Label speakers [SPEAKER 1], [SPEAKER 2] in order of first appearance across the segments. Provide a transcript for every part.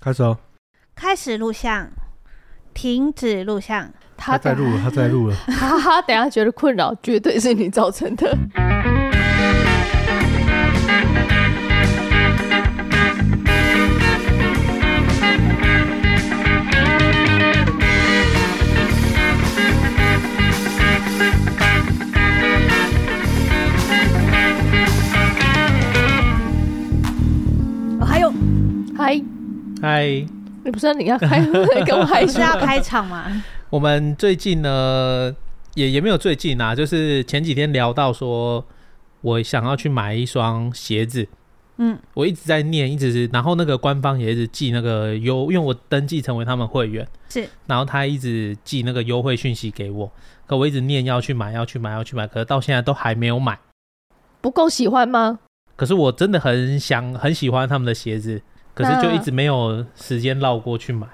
[SPEAKER 1] 开始哦，
[SPEAKER 2] 开始录像，停止录像。
[SPEAKER 1] 他 在录了，他在录了。
[SPEAKER 3] 哈哈，等一下觉得困扰，绝对是你造成的。
[SPEAKER 2] 哦、还有
[SPEAKER 3] 嗨，
[SPEAKER 4] 嗨，
[SPEAKER 3] 你不是你要开 跟我嗨
[SPEAKER 2] 不 是
[SPEAKER 3] 什
[SPEAKER 2] 要
[SPEAKER 3] 么？
[SPEAKER 2] 开场吗？
[SPEAKER 4] 我们最近呢，也也没有最近啊，就是前几天聊到说，我想要去买一双鞋子，
[SPEAKER 2] 嗯，
[SPEAKER 4] 我一直在念，一直是，然后那个官方也一直寄那个优，因为我登记成为他们会员，
[SPEAKER 2] 是，
[SPEAKER 4] 然后他一直寄那个优惠讯息给我，可我一直念要去买，要去买，要去买，可是到现在都还没有买。
[SPEAKER 3] 不够喜欢吗？
[SPEAKER 4] 可是我真的很想很喜欢他们的鞋子，可是就
[SPEAKER 3] 那
[SPEAKER 4] 一直没有时间绕过去买。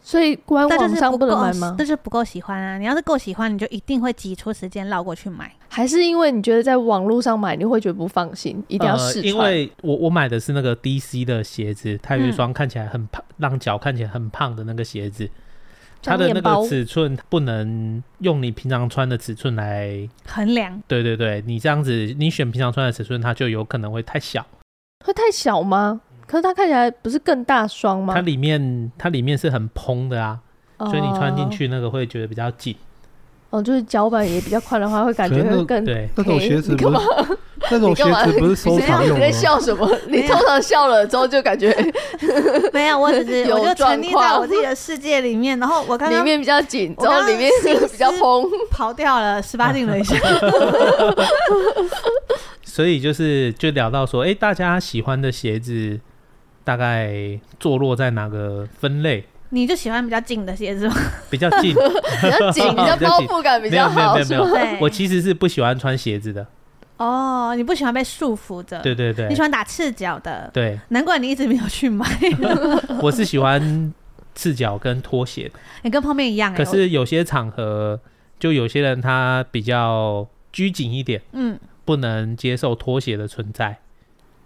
[SPEAKER 3] 所以官
[SPEAKER 2] 但
[SPEAKER 3] 网
[SPEAKER 2] 就是
[SPEAKER 3] 上
[SPEAKER 2] 不
[SPEAKER 3] 不能
[SPEAKER 2] 够
[SPEAKER 3] 买吗，
[SPEAKER 2] 但？是不够喜欢啊！你要是够喜欢，你就一定会挤出时间绕过去买。
[SPEAKER 3] 还是因为你觉得在网络上买你会觉得不放心，一定要
[SPEAKER 4] 呃
[SPEAKER 3] 试穿？嗯
[SPEAKER 4] 因为我我买的是那个 DC 的鞋子，它有一双看起来很胖，让脚看起来很胖的那个鞋子，它
[SPEAKER 3] 像
[SPEAKER 4] 的那
[SPEAKER 3] 面包
[SPEAKER 4] 个尺寸不能用你平常穿的尺寸来，
[SPEAKER 2] 衡量
[SPEAKER 4] 对对对，你这样子你选平常穿的尺寸，它就有可能会太小。
[SPEAKER 3] 会太小吗？可是它看起来不是更大双吗
[SPEAKER 4] 它？里面它里面是很蓬的啊，所以你穿进去那个会觉得比较紧。
[SPEAKER 3] 哦，就是脚板也比较宽的话，会感觉
[SPEAKER 1] 可能
[SPEAKER 3] 会
[SPEAKER 1] 那
[SPEAKER 3] 更。
[SPEAKER 4] 对，
[SPEAKER 1] 那种
[SPEAKER 3] 嘿
[SPEAKER 1] 鞋子
[SPEAKER 3] 你
[SPEAKER 1] 不
[SPEAKER 3] 干嘛
[SPEAKER 1] 是？ 那种鞋子不是收
[SPEAKER 3] 你
[SPEAKER 1] 藏用
[SPEAKER 3] 在
[SPEAKER 1] 的吗？
[SPEAKER 3] 笑什么？
[SPEAKER 2] 没
[SPEAKER 3] 你
[SPEAKER 2] 有
[SPEAKER 3] 通常笑了之后就感觉
[SPEAKER 2] 没有，我只是
[SPEAKER 3] 有
[SPEAKER 2] 我就沉
[SPEAKER 3] 状
[SPEAKER 2] 溺在
[SPEAKER 3] 况
[SPEAKER 2] 我自己的世界里面，然后我刚
[SPEAKER 3] 里
[SPEAKER 2] 刚
[SPEAKER 3] 面比较紧，
[SPEAKER 2] 我
[SPEAKER 3] 之后
[SPEAKER 2] 刚刚
[SPEAKER 3] 里面
[SPEAKER 2] 心思
[SPEAKER 3] 比较蓬。
[SPEAKER 2] 跑掉了十八禁了一下。
[SPEAKER 4] 所以就是就聊到说，哎、大家喜欢的鞋子大概坐落在哪个分类
[SPEAKER 2] 你就喜欢比较紧的鞋子吗？
[SPEAKER 4] 比较近？
[SPEAKER 3] 比较 紧，比较包覆感 比
[SPEAKER 4] 没
[SPEAKER 3] 较
[SPEAKER 4] 有没有
[SPEAKER 3] 好
[SPEAKER 4] 没。有没有，
[SPEAKER 2] 对，
[SPEAKER 4] 我其实是不喜欢穿鞋子的，
[SPEAKER 2] 哦，你不喜欢被束缚着，
[SPEAKER 4] 对对对
[SPEAKER 2] 呃你喜，欢打赤脚的，
[SPEAKER 4] 对，
[SPEAKER 2] 难怪你一直没有去买。
[SPEAKER 4] 我是喜欢赤脚跟拖鞋的。
[SPEAKER 2] 你跟泡面一样、欸，
[SPEAKER 4] 可
[SPEAKER 2] 我，
[SPEAKER 4] 是有些场合，就有些人他比较拘谨一点，
[SPEAKER 2] 嗯，
[SPEAKER 4] 不能接受拖鞋的存在。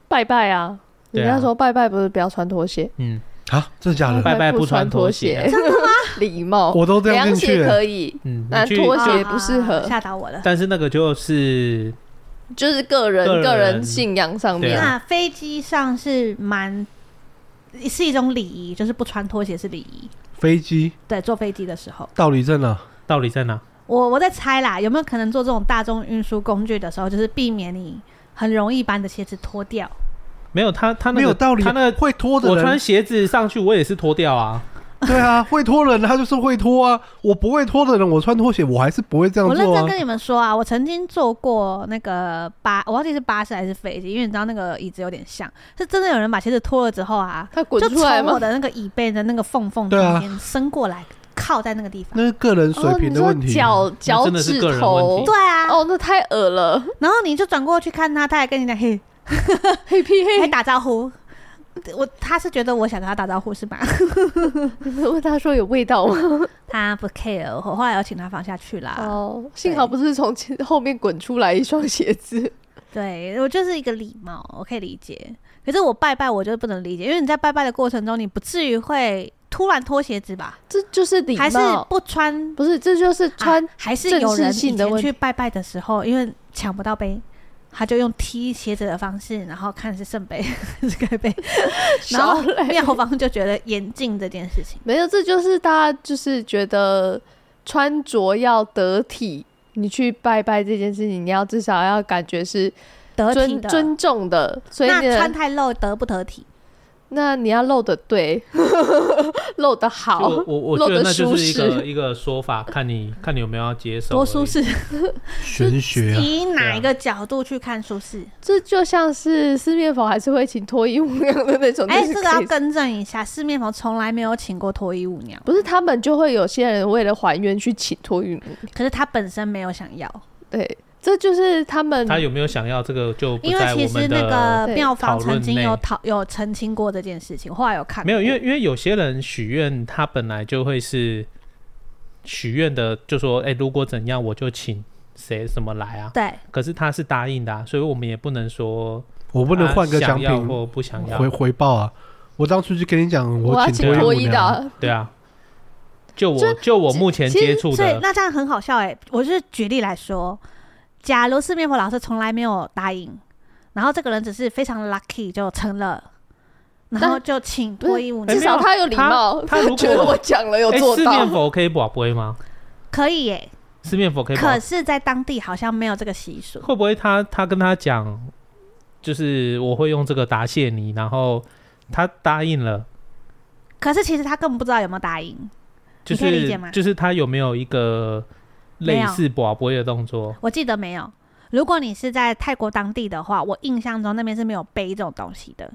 [SPEAKER 3] 拜拜啊！
[SPEAKER 4] 对
[SPEAKER 3] 人
[SPEAKER 4] 啊
[SPEAKER 3] 家说拜拜不是不要穿拖鞋，
[SPEAKER 4] 嗯，
[SPEAKER 1] 啊，真的假的？
[SPEAKER 4] 拜拜不
[SPEAKER 3] 不
[SPEAKER 4] 穿拖
[SPEAKER 3] 拖
[SPEAKER 4] 鞋，
[SPEAKER 3] 真的吗？礼貌，
[SPEAKER 1] 我都这样
[SPEAKER 3] 凉
[SPEAKER 1] 进去
[SPEAKER 3] 鞋
[SPEAKER 1] 了，
[SPEAKER 3] 可以，
[SPEAKER 4] 嗯，
[SPEAKER 3] 那
[SPEAKER 4] 你去，
[SPEAKER 3] 拖鞋不适合
[SPEAKER 2] 啊吓、到我了。
[SPEAKER 4] 但是那个就是
[SPEAKER 3] 就是个人
[SPEAKER 4] 个人
[SPEAKER 3] 个人信仰上
[SPEAKER 4] 对
[SPEAKER 3] 面
[SPEAKER 4] 啊
[SPEAKER 2] 那飞机上是蛮是一种礼仪，就是不穿拖鞋是礼仪。
[SPEAKER 1] 飞机
[SPEAKER 2] 对，坐飞机的时候，
[SPEAKER 1] 道理在哪？
[SPEAKER 4] 道理在哪？
[SPEAKER 2] 我我在猜啦，有没有可能坐这种大众运输工具的时候，就是避免你很容易把你的鞋子脱掉？
[SPEAKER 4] 没有他他那个
[SPEAKER 1] 没有道理。
[SPEAKER 4] 他那个
[SPEAKER 1] 会拖的
[SPEAKER 4] 我
[SPEAKER 1] 人
[SPEAKER 4] 穿，鞋子上去，我也是脱掉啊。
[SPEAKER 1] 对啊，会拖人他就是会拖啊。我不会拖的人，我穿拖鞋我还是不会这样
[SPEAKER 2] 我认
[SPEAKER 1] 做啊
[SPEAKER 2] 真。跟你们说啊，我曾经坐过那个巴，我忘记是巴士还是飞机，因为你知道那个椅子有点像，是真的有人把鞋子脱了之后啊，
[SPEAKER 3] 它滚
[SPEAKER 2] 就
[SPEAKER 3] 出
[SPEAKER 2] 从
[SPEAKER 3] 来吗
[SPEAKER 2] 我？的那个椅背的那个缝缝
[SPEAKER 1] 对啊
[SPEAKER 2] 中间伸过来，靠在那个地方。
[SPEAKER 1] 那是个人水
[SPEAKER 3] 哦，
[SPEAKER 1] 平
[SPEAKER 3] 你
[SPEAKER 1] 的
[SPEAKER 3] 说
[SPEAKER 1] 问题。
[SPEAKER 3] 脚脚
[SPEAKER 4] 真的是
[SPEAKER 3] 趾
[SPEAKER 4] 个人问
[SPEAKER 3] 头
[SPEAKER 4] 题
[SPEAKER 2] 对，啊，
[SPEAKER 3] 哦，那太恶了，
[SPEAKER 2] 然后你就转过去看他，他还跟你讲嘿，
[SPEAKER 3] 黑屁
[SPEAKER 2] 还
[SPEAKER 3] 黑。
[SPEAKER 2] 打招呼。我他是觉得我想跟他打招呼是吧？
[SPEAKER 3] 你们问他说有味道吗？
[SPEAKER 2] 他不 care，我后来有请他放下去啦。
[SPEAKER 3] 哦，幸好不是从前后面滚出来一双鞋子。
[SPEAKER 2] 对我就是一个礼貌，我可以理解。可是我拜拜，我就不能理解，因为你在拜拜的过程中，你不至于会突然脱鞋子吧？
[SPEAKER 3] 这就是礼
[SPEAKER 2] 还是
[SPEAKER 3] 貌，
[SPEAKER 2] 不穿？
[SPEAKER 3] 不是，这就是穿
[SPEAKER 2] 啊、还是有人
[SPEAKER 3] 正式
[SPEAKER 2] 以
[SPEAKER 3] 性的
[SPEAKER 2] 前
[SPEAKER 3] 问题
[SPEAKER 2] 去拜拜的时候，因为抢不到杯，他就用踢鞋子的方式，然后看是圣杯 还是盖杯，然后
[SPEAKER 3] 少来
[SPEAKER 2] 妙方就觉得严禁这件事情。
[SPEAKER 3] 没有，这就是大家就是觉得穿着要得体。你去拜拜这件事情，你要至少要感觉是
[SPEAKER 2] 得体
[SPEAKER 3] 尊
[SPEAKER 2] 的，
[SPEAKER 3] 尊重的，所以
[SPEAKER 2] 那
[SPEAKER 3] 你的
[SPEAKER 2] 穿太露得不得体？
[SPEAKER 3] 那你要露的对， 露的
[SPEAKER 2] 哦
[SPEAKER 3] 好
[SPEAKER 4] 就，我我
[SPEAKER 3] 露
[SPEAKER 4] 觉
[SPEAKER 3] 得
[SPEAKER 4] 得那就是一
[SPEAKER 3] 舒适
[SPEAKER 4] 个一个说法，看你看你有没有要接受。
[SPEAKER 2] 多舒。适，
[SPEAKER 1] 玄学啊，
[SPEAKER 2] 以哪一个角度去看舒适？
[SPEAKER 3] 这就像是四面佛还是会请脱衣舞娘的那种。
[SPEAKER 2] 哎、
[SPEAKER 3] 啊就是
[SPEAKER 2] 这个要
[SPEAKER 3] 可以
[SPEAKER 2] 更正一下，四面佛从来没有请过脱衣舞娘，
[SPEAKER 3] 不是他们就会有些人为了还原去请脱衣舞，
[SPEAKER 2] 可是他本身没有想要，
[SPEAKER 3] 对，这就是他们
[SPEAKER 4] 他有没有想要这个就不
[SPEAKER 2] 因为
[SPEAKER 4] 在
[SPEAKER 2] 其
[SPEAKER 4] 我
[SPEAKER 2] 实
[SPEAKER 4] 们
[SPEAKER 2] 那
[SPEAKER 4] 的
[SPEAKER 2] 个妙方
[SPEAKER 4] 讨论
[SPEAKER 2] 曾经有
[SPEAKER 4] 内
[SPEAKER 2] 讨有澄清过这件事情，后来有看
[SPEAKER 4] 没有，因为
[SPEAKER 2] 过
[SPEAKER 4] 因为有些人许愿，他本来就会是许愿的，就说哎、如果怎样我就请谁什么来啊。
[SPEAKER 2] 对
[SPEAKER 4] 可是他是答应的、啊，所以我们也不能说
[SPEAKER 1] 我不能换个
[SPEAKER 4] 他
[SPEAKER 1] 奖
[SPEAKER 4] 想要
[SPEAKER 1] 品
[SPEAKER 4] 或不想要
[SPEAKER 1] 回。回报啊。我当初就跟你讲，
[SPEAKER 3] 我要
[SPEAKER 1] 请
[SPEAKER 3] 请
[SPEAKER 1] 脱
[SPEAKER 3] 脱
[SPEAKER 1] 衣
[SPEAKER 3] 衣
[SPEAKER 1] 舞
[SPEAKER 3] 的
[SPEAKER 1] 娘
[SPEAKER 3] 啊，
[SPEAKER 4] 对啊，就我
[SPEAKER 3] 就
[SPEAKER 4] 就我目前
[SPEAKER 3] 其实
[SPEAKER 4] 接触
[SPEAKER 2] 所以
[SPEAKER 4] 的，
[SPEAKER 2] 那这样很好笑哎、我就是举例来说，假如四面佛老师从来没有答应，然后这个人只是非常 lucky 就成了，然后
[SPEAKER 3] 但
[SPEAKER 2] 就请
[SPEAKER 3] 不是
[SPEAKER 2] 脱衣舞
[SPEAKER 4] 哎
[SPEAKER 2] 娘
[SPEAKER 3] 至
[SPEAKER 4] 没有
[SPEAKER 3] 少他有礼
[SPEAKER 4] 他
[SPEAKER 3] 貌，
[SPEAKER 4] 他如果
[SPEAKER 3] 觉得我讲了有
[SPEAKER 4] 哎，
[SPEAKER 3] 做
[SPEAKER 4] 四
[SPEAKER 3] 到
[SPEAKER 4] 面。佛可以保杯吗？
[SPEAKER 2] 可以耶、
[SPEAKER 4] 四面佛可以保
[SPEAKER 2] 可是，在当地好像没有这个习俗。
[SPEAKER 4] 会不会他他跟他讲，就是我会用这个答谢你，然后他答应了，
[SPEAKER 2] 可是其实他根本不知道有没有答应。
[SPEAKER 4] 就
[SPEAKER 2] 你可以理解
[SPEAKER 4] 是
[SPEAKER 2] 吗
[SPEAKER 4] 就是他有没有一个类似保杯的动作？
[SPEAKER 2] 我记得没有。如果你是在泰国当地的话，我印象中那边是没有背这种东西的。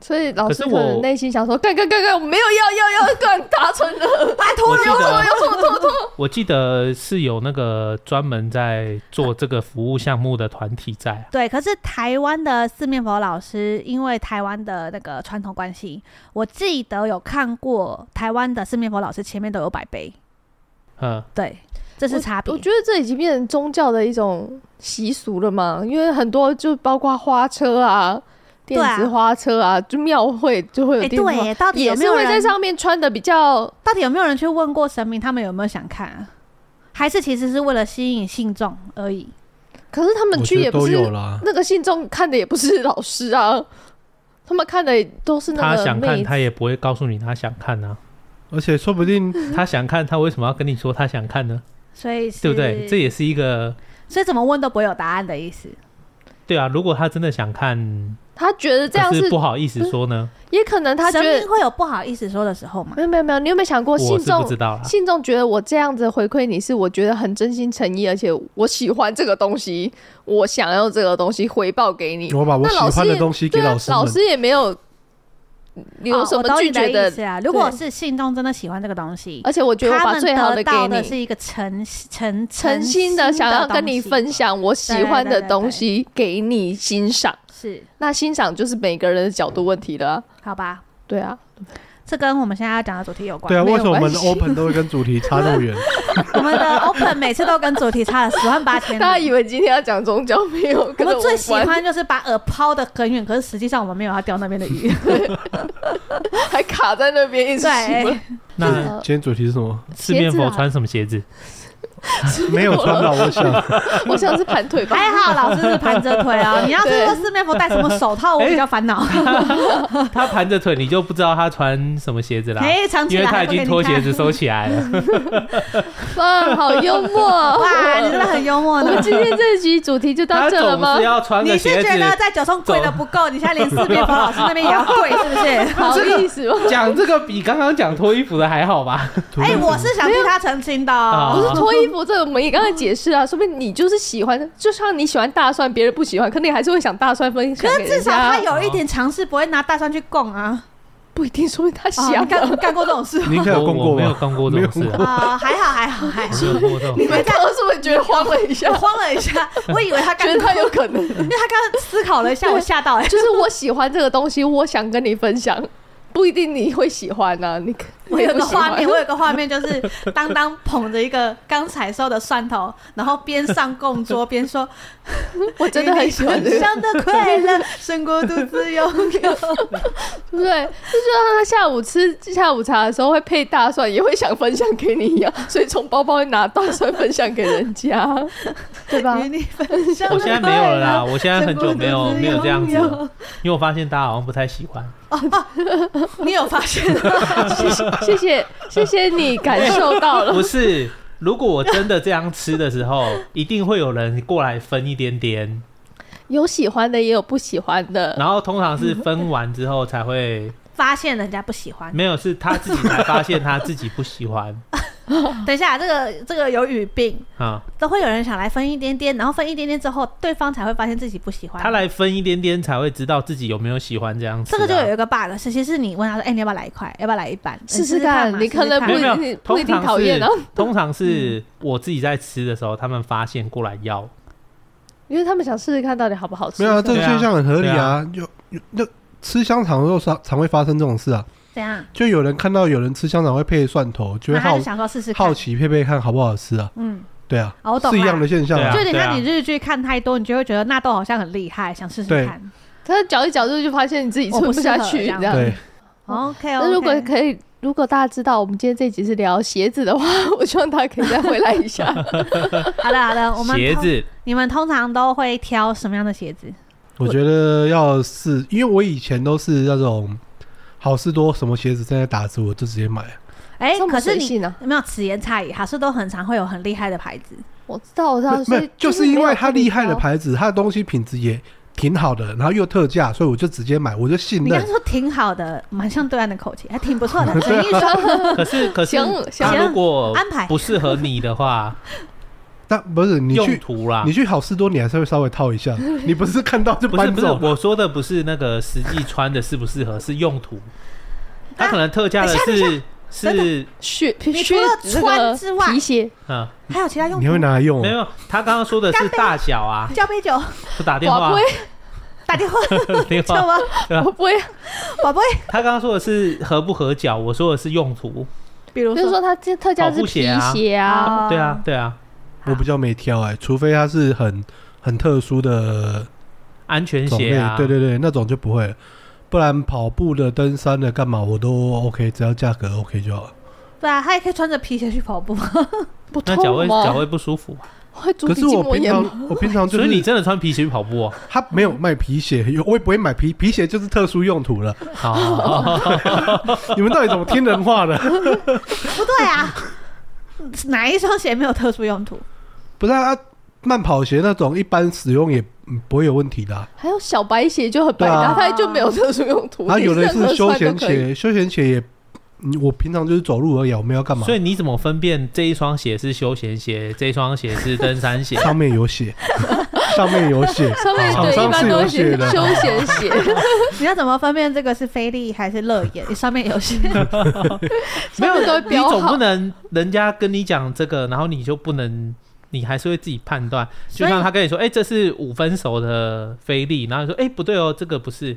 [SPEAKER 3] 所以老师
[SPEAKER 4] 可
[SPEAKER 3] 可
[SPEAKER 4] 是我
[SPEAKER 3] 能内心想说，干干干干，我没有要要要干达成了，拜托
[SPEAKER 4] 我记
[SPEAKER 3] 要做
[SPEAKER 4] 得啊
[SPEAKER 3] 要做做
[SPEAKER 2] 哦
[SPEAKER 3] 做。
[SPEAKER 4] 我记得是有那个专门在做这个服务项目的团体在啊，
[SPEAKER 2] 对，可是台湾的四面佛老师，因为台湾的那个传统关系，我记得有看过台湾的四面佛老师前面都有摆杯。
[SPEAKER 4] 嗯，
[SPEAKER 2] 对，这是
[SPEAKER 3] 我
[SPEAKER 2] 差别
[SPEAKER 3] 我。觉得这已经变成宗教的一种习俗了嘛，因为很多就包括花车啊、
[SPEAKER 2] 对
[SPEAKER 3] 电
[SPEAKER 2] 啊
[SPEAKER 3] 子花车啊，就庙会就会有
[SPEAKER 2] 哎、
[SPEAKER 3] 电子
[SPEAKER 2] 对
[SPEAKER 3] 花，
[SPEAKER 2] 耶，到底有
[SPEAKER 3] 也
[SPEAKER 2] 没
[SPEAKER 3] 是
[SPEAKER 2] 有
[SPEAKER 3] 会
[SPEAKER 2] 人
[SPEAKER 3] 在上面穿的比较
[SPEAKER 2] 到底有没有人去问过神明，他们有没有想看、啊？还是其实是为了吸引信众而已？
[SPEAKER 3] 可是他们
[SPEAKER 1] 我
[SPEAKER 3] 去
[SPEAKER 1] 觉
[SPEAKER 3] 也
[SPEAKER 1] 得
[SPEAKER 3] 不
[SPEAKER 1] 都
[SPEAKER 3] 是
[SPEAKER 1] 有啦。
[SPEAKER 3] 那个信众看的也不是老师啊，他们看的也都是那
[SPEAKER 4] 他
[SPEAKER 3] 个
[SPEAKER 4] 想看
[SPEAKER 3] 妹子
[SPEAKER 4] 他也不会告诉你他想看啊，
[SPEAKER 1] 而且说不 定
[SPEAKER 4] 他想看他为什么要跟你说他想看呢？
[SPEAKER 2] 所以是
[SPEAKER 4] 对不对？这也是一个
[SPEAKER 2] 所以怎么问都不会有答案的意思。
[SPEAKER 4] 对啊，如果他真的想看，
[SPEAKER 3] 他觉得这样
[SPEAKER 4] 可
[SPEAKER 3] 是
[SPEAKER 4] 是不好意思说呢，
[SPEAKER 3] 也可能他觉
[SPEAKER 2] 神
[SPEAKER 3] 得
[SPEAKER 2] 明会有不好意思说的时候吗
[SPEAKER 3] 没？有没有没有，你有没有想
[SPEAKER 2] 嗯
[SPEAKER 3] 过
[SPEAKER 4] 我
[SPEAKER 3] 信
[SPEAKER 4] 是不知
[SPEAKER 3] 众
[SPEAKER 4] 道啦。啊
[SPEAKER 3] 信众觉得我这样子回馈你是我觉得很真心诚意，而且我喜欢这个东西，我想要这个东西回报给你。
[SPEAKER 1] 我把我
[SPEAKER 3] 那老
[SPEAKER 1] 喜
[SPEAKER 3] 师
[SPEAKER 1] 欢的
[SPEAKER 3] 也
[SPEAKER 1] 东西给
[SPEAKER 3] 对啊
[SPEAKER 1] 老，师
[SPEAKER 3] 老
[SPEAKER 1] 们，
[SPEAKER 3] 师也没有有
[SPEAKER 2] 哦
[SPEAKER 3] 什
[SPEAKER 2] 我
[SPEAKER 3] 么
[SPEAKER 2] 懂
[SPEAKER 3] 拒
[SPEAKER 2] 你
[SPEAKER 3] 绝
[SPEAKER 2] 的
[SPEAKER 3] 的
[SPEAKER 2] 意，思啊？如果
[SPEAKER 3] 对
[SPEAKER 2] 是信众真的喜欢这个东西，
[SPEAKER 3] 而且我觉得我
[SPEAKER 2] 他
[SPEAKER 3] 把
[SPEAKER 2] 们
[SPEAKER 3] 最好
[SPEAKER 2] 得
[SPEAKER 3] 给
[SPEAKER 2] 到
[SPEAKER 3] 你
[SPEAKER 2] 的，是一个诚诚
[SPEAKER 3] 诚心
[SPEAKER 2] 的
[SPEAKER 3] 的想要跟
[SPEAKER 2] 东
[SPEAKER 3] 你
[SPEAKER 2] 西
[SPEAKER 3] 分，享我喜
[SPEAKER 2] 对
[SPEAKER 3] 欢
[SPEAKER 2] 对
[SPEAKER 3] 的
[SPEAKER 2] 对
[SPEAKER 3] 东
[SPEAKER 2] 对
[SPEAKER 3] 西给你欣赏。
[SPEAKER 2] 是
[SPEAKER 3] 那欣赏就是每个人的角度问题了啊、
[SPEAKER 2] 好吧？
[SPEAKER 3] 对啊，
[SPEAKER 2] 这跟我们现在要讲的主题有关。
[SPEAKER 1] 对啊，
[SPEAKER 3] 没有
[SPEAKER 1] 为什么我们的
[SPEAKER 3] 关系
[SPEAKER 1] open 都会跟主题差那么远？
[SPEAKER 2] 我们的 open 每次都跟主题差了十万八千里。
[SPEAKER 3] 大家以为今天要讲宗教没有，
[SPEAKER 2] 我
[SPEAKER 3] 跟
[SPEAKER 2] 们
[SPEAKER 3] 我
[SPEAKER 2] 最
[SPEAKER 3] 无
[SPEAKER 2] 喜
[SPEAKER 3] 关，
[SPEAKER 2] 欢就是把饵抛得很远，可是实际上我们没有要钓那边的 鱼。
[SPEAKER 3] 还卡在那边一直起不来
[SPEAKER 2] 对，
[SPEAKER 4] 那
[SPEAKER 3] 呃
[SPEAKER 1] 今天主题是什么？
[SPEAKER 4] 四面
[SPEAKER 3] 鞋子
[SPEAKER 4] 佛
[SPEAKER 3] 啊
[SPEAKER 4] 穿什么鞋子？
[SPEAKER 2] 哦
[SPEAKER 1] 没有穿到，我想
[SPEAKER 3] 我想是盘腿吧。
[SPEAKER 2] 还好老师是盘着腿 啊。你要是说四面佛戴什么手套，我比较烦恼。
[SPEAKER 4] 他盘着腿，你就不知道他穿什么鞋子 啦，
[SPEAKER 2] 哎，藏起
[SPEAKER 4] 因
[SPEAKER 2] 来
[SPEAKER 4] 为他已经脱鞋。
[SPEAKER 2] 不给
[SPEAKER 4] 子
[SPEAKER 2] 你看
[SPEAKER 4] 收起来了。
[SPEAKER 3] 哇，好幽默！
[SPEAKER 2] 哇，你真的很幽默
[SPEAKER 3] 我
[SPEAKER 2] 呢
[SPEAKER 3] 们。今天这集主题就到
[SPEAKER 4] 他
[SPEAKER 3] 这了
[SPEAKER 4] 总
[SPEAKER 3] 吗
[SPEAKER 4] 是？要穿
[SPEAKER 2] 你
[SPEAKER 4] 个
[SPEAKER 2] 是
[SPEAKER 4] 鞋
[SPEAKER 2] 觉得
[SPEAKER 4] 子。
[SPEAKER 2] 在九重跪的不够，你现在连四面佛老师那边也要跪，是不是？
[SPEAKER 3] 好意思 吗？
[SPEAKER 4] 讲这个比刚刚讲脱衣服的还好 吧？
[SPEAKER 2] 哎、我是想替他澄清的哦、
[SPEAKER 4] 没
[SPEAKER 3] 不
[SPEAKER 4] 有
[SPEAKER 3] 是脱衣服这个，我们也刚才解释啊，说明你就是喜欢，就像你喜欢大蒜，别人不喜欢，可你还是会想大蒜分享
[SPEAKER 2] 可
[SPEAKER 3] 给
[SPEAKER 2] 是至
[SPEAKER 3] 人
[SPEAKER 2] 少
[SPEAKER 3] 家
[SPEAKER 2] 他
[SPEAKER 3] 啊。
[SPEAKER 2] 有一点尝试，不会拿大蒜去供 啊。
[SPEAKER 3] 不一定说明他
[SPEAKER 2] 哦
[SPEAKER 3] 想
[SPEAKER 2] 你 干你干过这种事
[SPEAKER 1] 你
[SPEAKER 2] 吗？
[SPEAKER 1] 应该有逛
[SPEAKER 4] 我我
[SPEAKER 1] 过
[SPEAKER 4] 没有
[SPEAKER 1] 吧？
[SPEAKER 4] 干过这种事啊，
[SPEAKER 2] 啊、还好还好 还好，
[SPEAKER 4] 我没有过这种啊
[SPEAKER 3] 你。没看到是不是觉得慌了一下
[SPEAKER 2] 我？慌了一下，我以为他刚
[SPEAKER 3] 觉得他有可能，
[SPEAKER 2] 因为他刚刚思考了一下，我吓到哎、
[SPEAKER 3] 就是我喜欢这个东西，我想跟你分享，不一定你会喜欢呐、你可
[SPEAKER 2] 我有个画面，
[SPEAKER 3] 你也不喜欢
[SPEAKER 2] 我有个画面就是当当捧着一个刚采收的蒜头，然后边上供桌边说
[SPEAKER 3] 我真的很喜欢这个，
[SPEAKER 2] 香的快乐胜过独自拥 有。
[SPEAKER 3] 对不对？就像他下午吃下午茶的时候会配大蒜，也会想分享给你一样， 所以从包包会拿大蒜分享给 人家，对吧？
[SPEAKER 2] 与你分享。
[SPEAKER 4] 我现在没有了啦，我现在很久没有
[SPEAKER 2] 胜过独自
[SPEAKER 4] 没有这样子
[SPEAKER 2] 拥有
[SPEAKER 4] 了，因为我发现大家好像不太喜欢。
[SPEAKER 2] 你有发现 吗？
[SPEAKER 3] 谢谢谢谢你感受到了
[SPEAKER 4] 不，是，如果我真的这样吃的时候，一定会有人过来分一点点，
[SPEAKER 3] 有喜欢的也有不喜欢的，
[SPEAKER 4] 然后通常是分完之后才会，
[SPEAKER 2] 发现人家不喜欢。
[SPEAKER 4] 没有是他自己才发现他自己不喜欢
[SPEAKER 3] 嗯
[SPEAKER 2] 等一下，这个这个有语病，
[SPEAKER 4] 啊。
[SPEAKER 2] 都会有人想来分一点点，然后分一点点之后，对方才会发现自己不喜欢。
[SPEAKER 4] 他来分一点点才会知道自己有没有喜欢这样啊子、
[SPEAKER 2] 这个就有一个 bug，是其实你问他说：“哎、你要不要来一块？要不要来一半？
[SPEAKER 3] 试
[SPEAKER 2] 试
[SPEAKER 3] 试
[SPEAKER 2] 看嘛，
[SPEAKER 3] 看你可
[SPEAKER 2] 试试
[SPEAKER 3] 能
[SPEAKER 2] 看
[SPEAKER 4] 没有
[SPEAKER 2] 嘛
[SPEAKER 4] 没有
[SPEAKER 3] 不一定不
[SPEAKER 4] 通
[SPEAKER 3] 一定
[SPEAKER 4] 常
[SPEAKER 3] 讨 厌
[SPEAKER 4] 是
[SPEAKER 3] 啊
[SPEAKER 4] 通常是
[SPEAKER 2] 嗯
[SPEAKER 4] 我自己在吃的时候，他们发现过来
[SPEAKER 2] 哦
[SPEAKER 4] 要，
[SPEAKER 3] 因为他们想试试看到底好不好吃。
[SPEAKER 1] 没有啊，这个
[SPEAKER 4] 对啊
[SPEAKER 1] 现象很合理啊。有有那吃香肠的时候常常会发生这种事啊，
[SPEAKER 2] 怎样？
[SPEAKER 1] 就有人看到有人吃香肠会配蒜头，就会
[SPEAKER 2] 那他
[SPEAKER 1] 好
[SPEAKER 2] 就想说试试看
[SPEAKER 1] 好。奇配配看好不好吃啊。
[SPEAKER 2] 嗯，
[SPEAKER 1] 对啊，
[SPEAKER 2] 哦我懂
[SPEAKER 1] 是一
[SPEAKER 2] 啦
[SPEAKER 1] 样的现象
[SPEAKER 4] 对啊
[SPEAKER 2] 就有点
[SPEAKER 4] 对
[SPEAKER 2] 像你日剧看太多，你就会觉得纳豆好像很厉害，想试试看。
[SPEAKER 3] 他搅一搅之后就发现你自己
[SPEAKER 2] 我
[SPEAKER 3] 撑
[SPEAKER 2] 不适
[SPEAKER 3] 下
[SPEAKER 2] 合
[SPEAKER 3] 去
[SPEAKER 2] 这样
[SPEAKER 3] 这样。
[SPEAKER 1] 对，啊
[SPEAKER 2] OK，
[SPEAKER 3] 哦那如 果可以，如果大家知道我们今天这集是聊鞋子的话，我希望大家可以再回来一下。
[SPEAKER 2] 好了好了，我们
[SPEAKER 4] 鞋
[SPEAKER 2] 通
[SPEAKER 4] 子
[SPEAKER 2] 你们通常都会挑什么样的鞋子？
[SPEAKER 1] 我觉得要是因为我以前都是那种好事多什么鞋子正在打折，我就直接买。
[SPEAKER 2] 哎、
[SPEAKER 3] 这么
[SPEAKER 2] 可是
[SPEAKER 3] 随
[SPEAKER 2] 你
[SPEAKER 3] 性啊！
[SPEAKER 2] 没有此言差矣，好事都很常会有很厉害的牌子。
[SPEAKER 3] 我知道，我知道，
[SPEAKER 1] 没
[SPEAKER 3] 所
[SPEAKER 1] 有
[SPEAKER 3] 以，
[SPEAKER 1] 就是
[SPEAKER 3] 是
[SPEAKER 1] 因
[SPEAKER 3] 没
[SPEAKER 1] 为
[SPEAKER 3] 有
[SPEAKER 1] 它
[SPEAKER 3] 跟你
[SPEAKER 1] 厉害的
[SPEAKER 3] 挑，
[SPEAKER 1] 牌子，它的东西品质也挺好的，然后又特价，所以我就直接买，我就信
[SPEAKER 2] 你刚
[SPEAKER 1] 任
[SPEAKER 2] 刚。说挺好的，蛮像对岸的口气，还挺不错的。
[SPEAKER 3] 陈毅说
[SPEAKER 4] 可 是可是
[SPEAKER 3] 行行
[SPEAKER 4] 它如果
[SPEAKER 2] 安排
[SPEAKER 4] 不适合你的话，
[SPEAKER 1] 但不是 你
[SPEAKER 4] 用
[SPEAKER 1] 去
[SPEAKER 4] 途啦
[SPEAKER 1] 你，去好事多，你还是会稍微套一 下，你不是看到就
[SPEAKER 4] 啊不是
[SPEAKER 1] 搬
[SPEAKER 4] 不是，
[SPEAKER 1] 走。
[SPEAKER 4] 我说的不是那个实际穿的适不适合，是用途。它可能特价
[SPEAKER 2] 等
[SPEAKER 4] 的
[SPEAKER 2] 一下
[SPEAKER 4] 是是
[SPEAKER 3] 靴
[SPEAKER 2] 你
[SPEAKER 3] 靴
[SPEAKER 2] 除了
[SPEAKER 3] 这
[SPEAKER 2] 穿
[SPEAKER 3] 个
[SPEAKER 2] 之外
[SPEAKER 3] 皮鞋
[SPEAKER 4] 嗯，
[SPEAKER 2] 还有其他用
[SPEAKER 1] 你会
[SPEAKER 2] 途？
[SPEAKER 1] 拿来用
[SPEAKER 4] 没
[SPEAKER 1] 哦？
[SPEAKER 4] 有，他刚刚说的是大小啊，
[SPEAKER 2] 交杯酒，
[SPEAKER 4] 不打电
[SPEAKER 3] 寡
[SPEAKER 4] 话啊
[SPEAKER 3] 龟，
[SPEAKER 2] 打电话
[SPEAKER 4] 电
[SPEAKER 2] 叫
[SPEAKER 4] 话。
[SPEAKER 2] 吗？
[SPEAKER 3] 我不会，
[SPEAKER 2] 宝贝，
[SPEAKER 4] 他刚刚说的是合不合脚，我说的是用途。
[SPEAKER 2] 比如
[SPEAKER 3] 就是
[SPEAKER 2] 说
[SPEAKER 3] 说它这特价是
[SPEAKER 4] 跑步
[SPEAKER 3] 皮
[SPEAKER 4] 鞋啊
[SPEAKER 3] 鞋啊，
[SPEAKER 4] 对啊，，对啊，
[SPEAKER 1] 我比较没挑哎，除非它是很很特殊的
[SPEAKER 4] 安全
[SPEAKER 1] 种
[SPEAKER 4] 鞋
[SPEAKER 1] 类
[SPEAKER 4] 啊，，
[SPEAKER 1] 对对对，那种就不会了。不然跑步的、登山的干嘛我都 OK，只要价格 OK 就好了。
[SPEAKER 2] 对啊，他也可以穿着皮鞋去跑步。
[SPEAKER 3] 不
[SPEAKER 4] 那脚
[SPEAKER 3] 痛
[SPEAKER 4] 会
[SPEAKER 3] 吗？
[SPEAKER 4] 脚会不舒服啊。
[SPEAKER 3] 会足
[SPEAKER 1] 可
[SPEAKER 3] 底
[SPEAKER 1] 是
[SPEAKER 3] 筋
[SPEAKER 1] 我
[SPEAKER 3] 膜
[SPEAKER 1] 平
[SPEAKER 3] 炎吗？
[SPEAKER 1] 常我平哦常就
[SPEAKER 4] 所以你
[SPEAKER 1] 是
[SPEAKER 4] 真的穿皮鞋去跑 步哦？
[SPEAKER 1] 他没有卖皮鞋，有我也不会买皮皮鞋，就是特殊用途 了。
[SPEAKER 4] 好，
[SPEAKER 1] 你们到底怎么听人话的？
[SPEAKER 2] 不对啊，哪一双鞋没有特殊用途？
[SPEAKER 1] 不是啊，慢跑鞋那种一般使用也嗯不会有问题的啊、
[SPEAKER 3] 还有小白鞋就很百
[SPEAKER 1] 对
[SPEAKER 3] 搭，
[SPEAKER 1] 啊
[SPEAKER 3] 它就没有特殊用 途。
[SPEAKER 1] 然后
[SPEAKER 3] 你
[SPEAKER 1] 有的
[SPEAKER 3] 任何
[SPEAKER 1] 是休
[SPEAKER 3] 穿
[SPEAKER 1] 闲
[SPEAKER 3] 都可以，
[SPEAKER 1] 鞋，休闲鞋也，嗯我平常就是走路而已啊，我们要干嘛
[SPEAKER 4] 所？以你怎么分辨这一双鞋是休闲鞋，这一双鞋是登 山鞋？
[SPEAKER 1] 上面有写，上面有写，
[SPEAKER 3] 上面
[SPEAKER 1] 好
[SPEAKER 4] 啊
[SPEAKER 1] 厂
[SPEAKER 3] 对一
[SPEAKER 1] 商
[SPEAKER 3] 般
[SPEAKER 1] 是
[SPEAKER 3] 都
[SPEAKER 1] 有
[SPEAKER 3] 会
[SPEAKER 1] 写
[SPEAKER 3] 写
[SPEAKER 1] 的。
[SPEAKER 3] 休闲 鞋，
[SPEAKER 2] 你要怎么分辨这个是菲力还是乐眼？上面有些
[SPEAKER 4] 没有
[SPEAKER 3] 上面都会
[SPEAKER 4] 你
[SPEAKER 3] 标
[SPEAKER 4] 总不
[SPEAKER 3] 好。
[SPEAKER 4] 能人家跟你讲这个，然后你就不能，你还是会自己判断。就
[SPEAKER 2] 所以
[SPEAKER 4] 像他跟你说，哎、这是五分熟的菲力，然后你说，哎、不对哦，这个不是，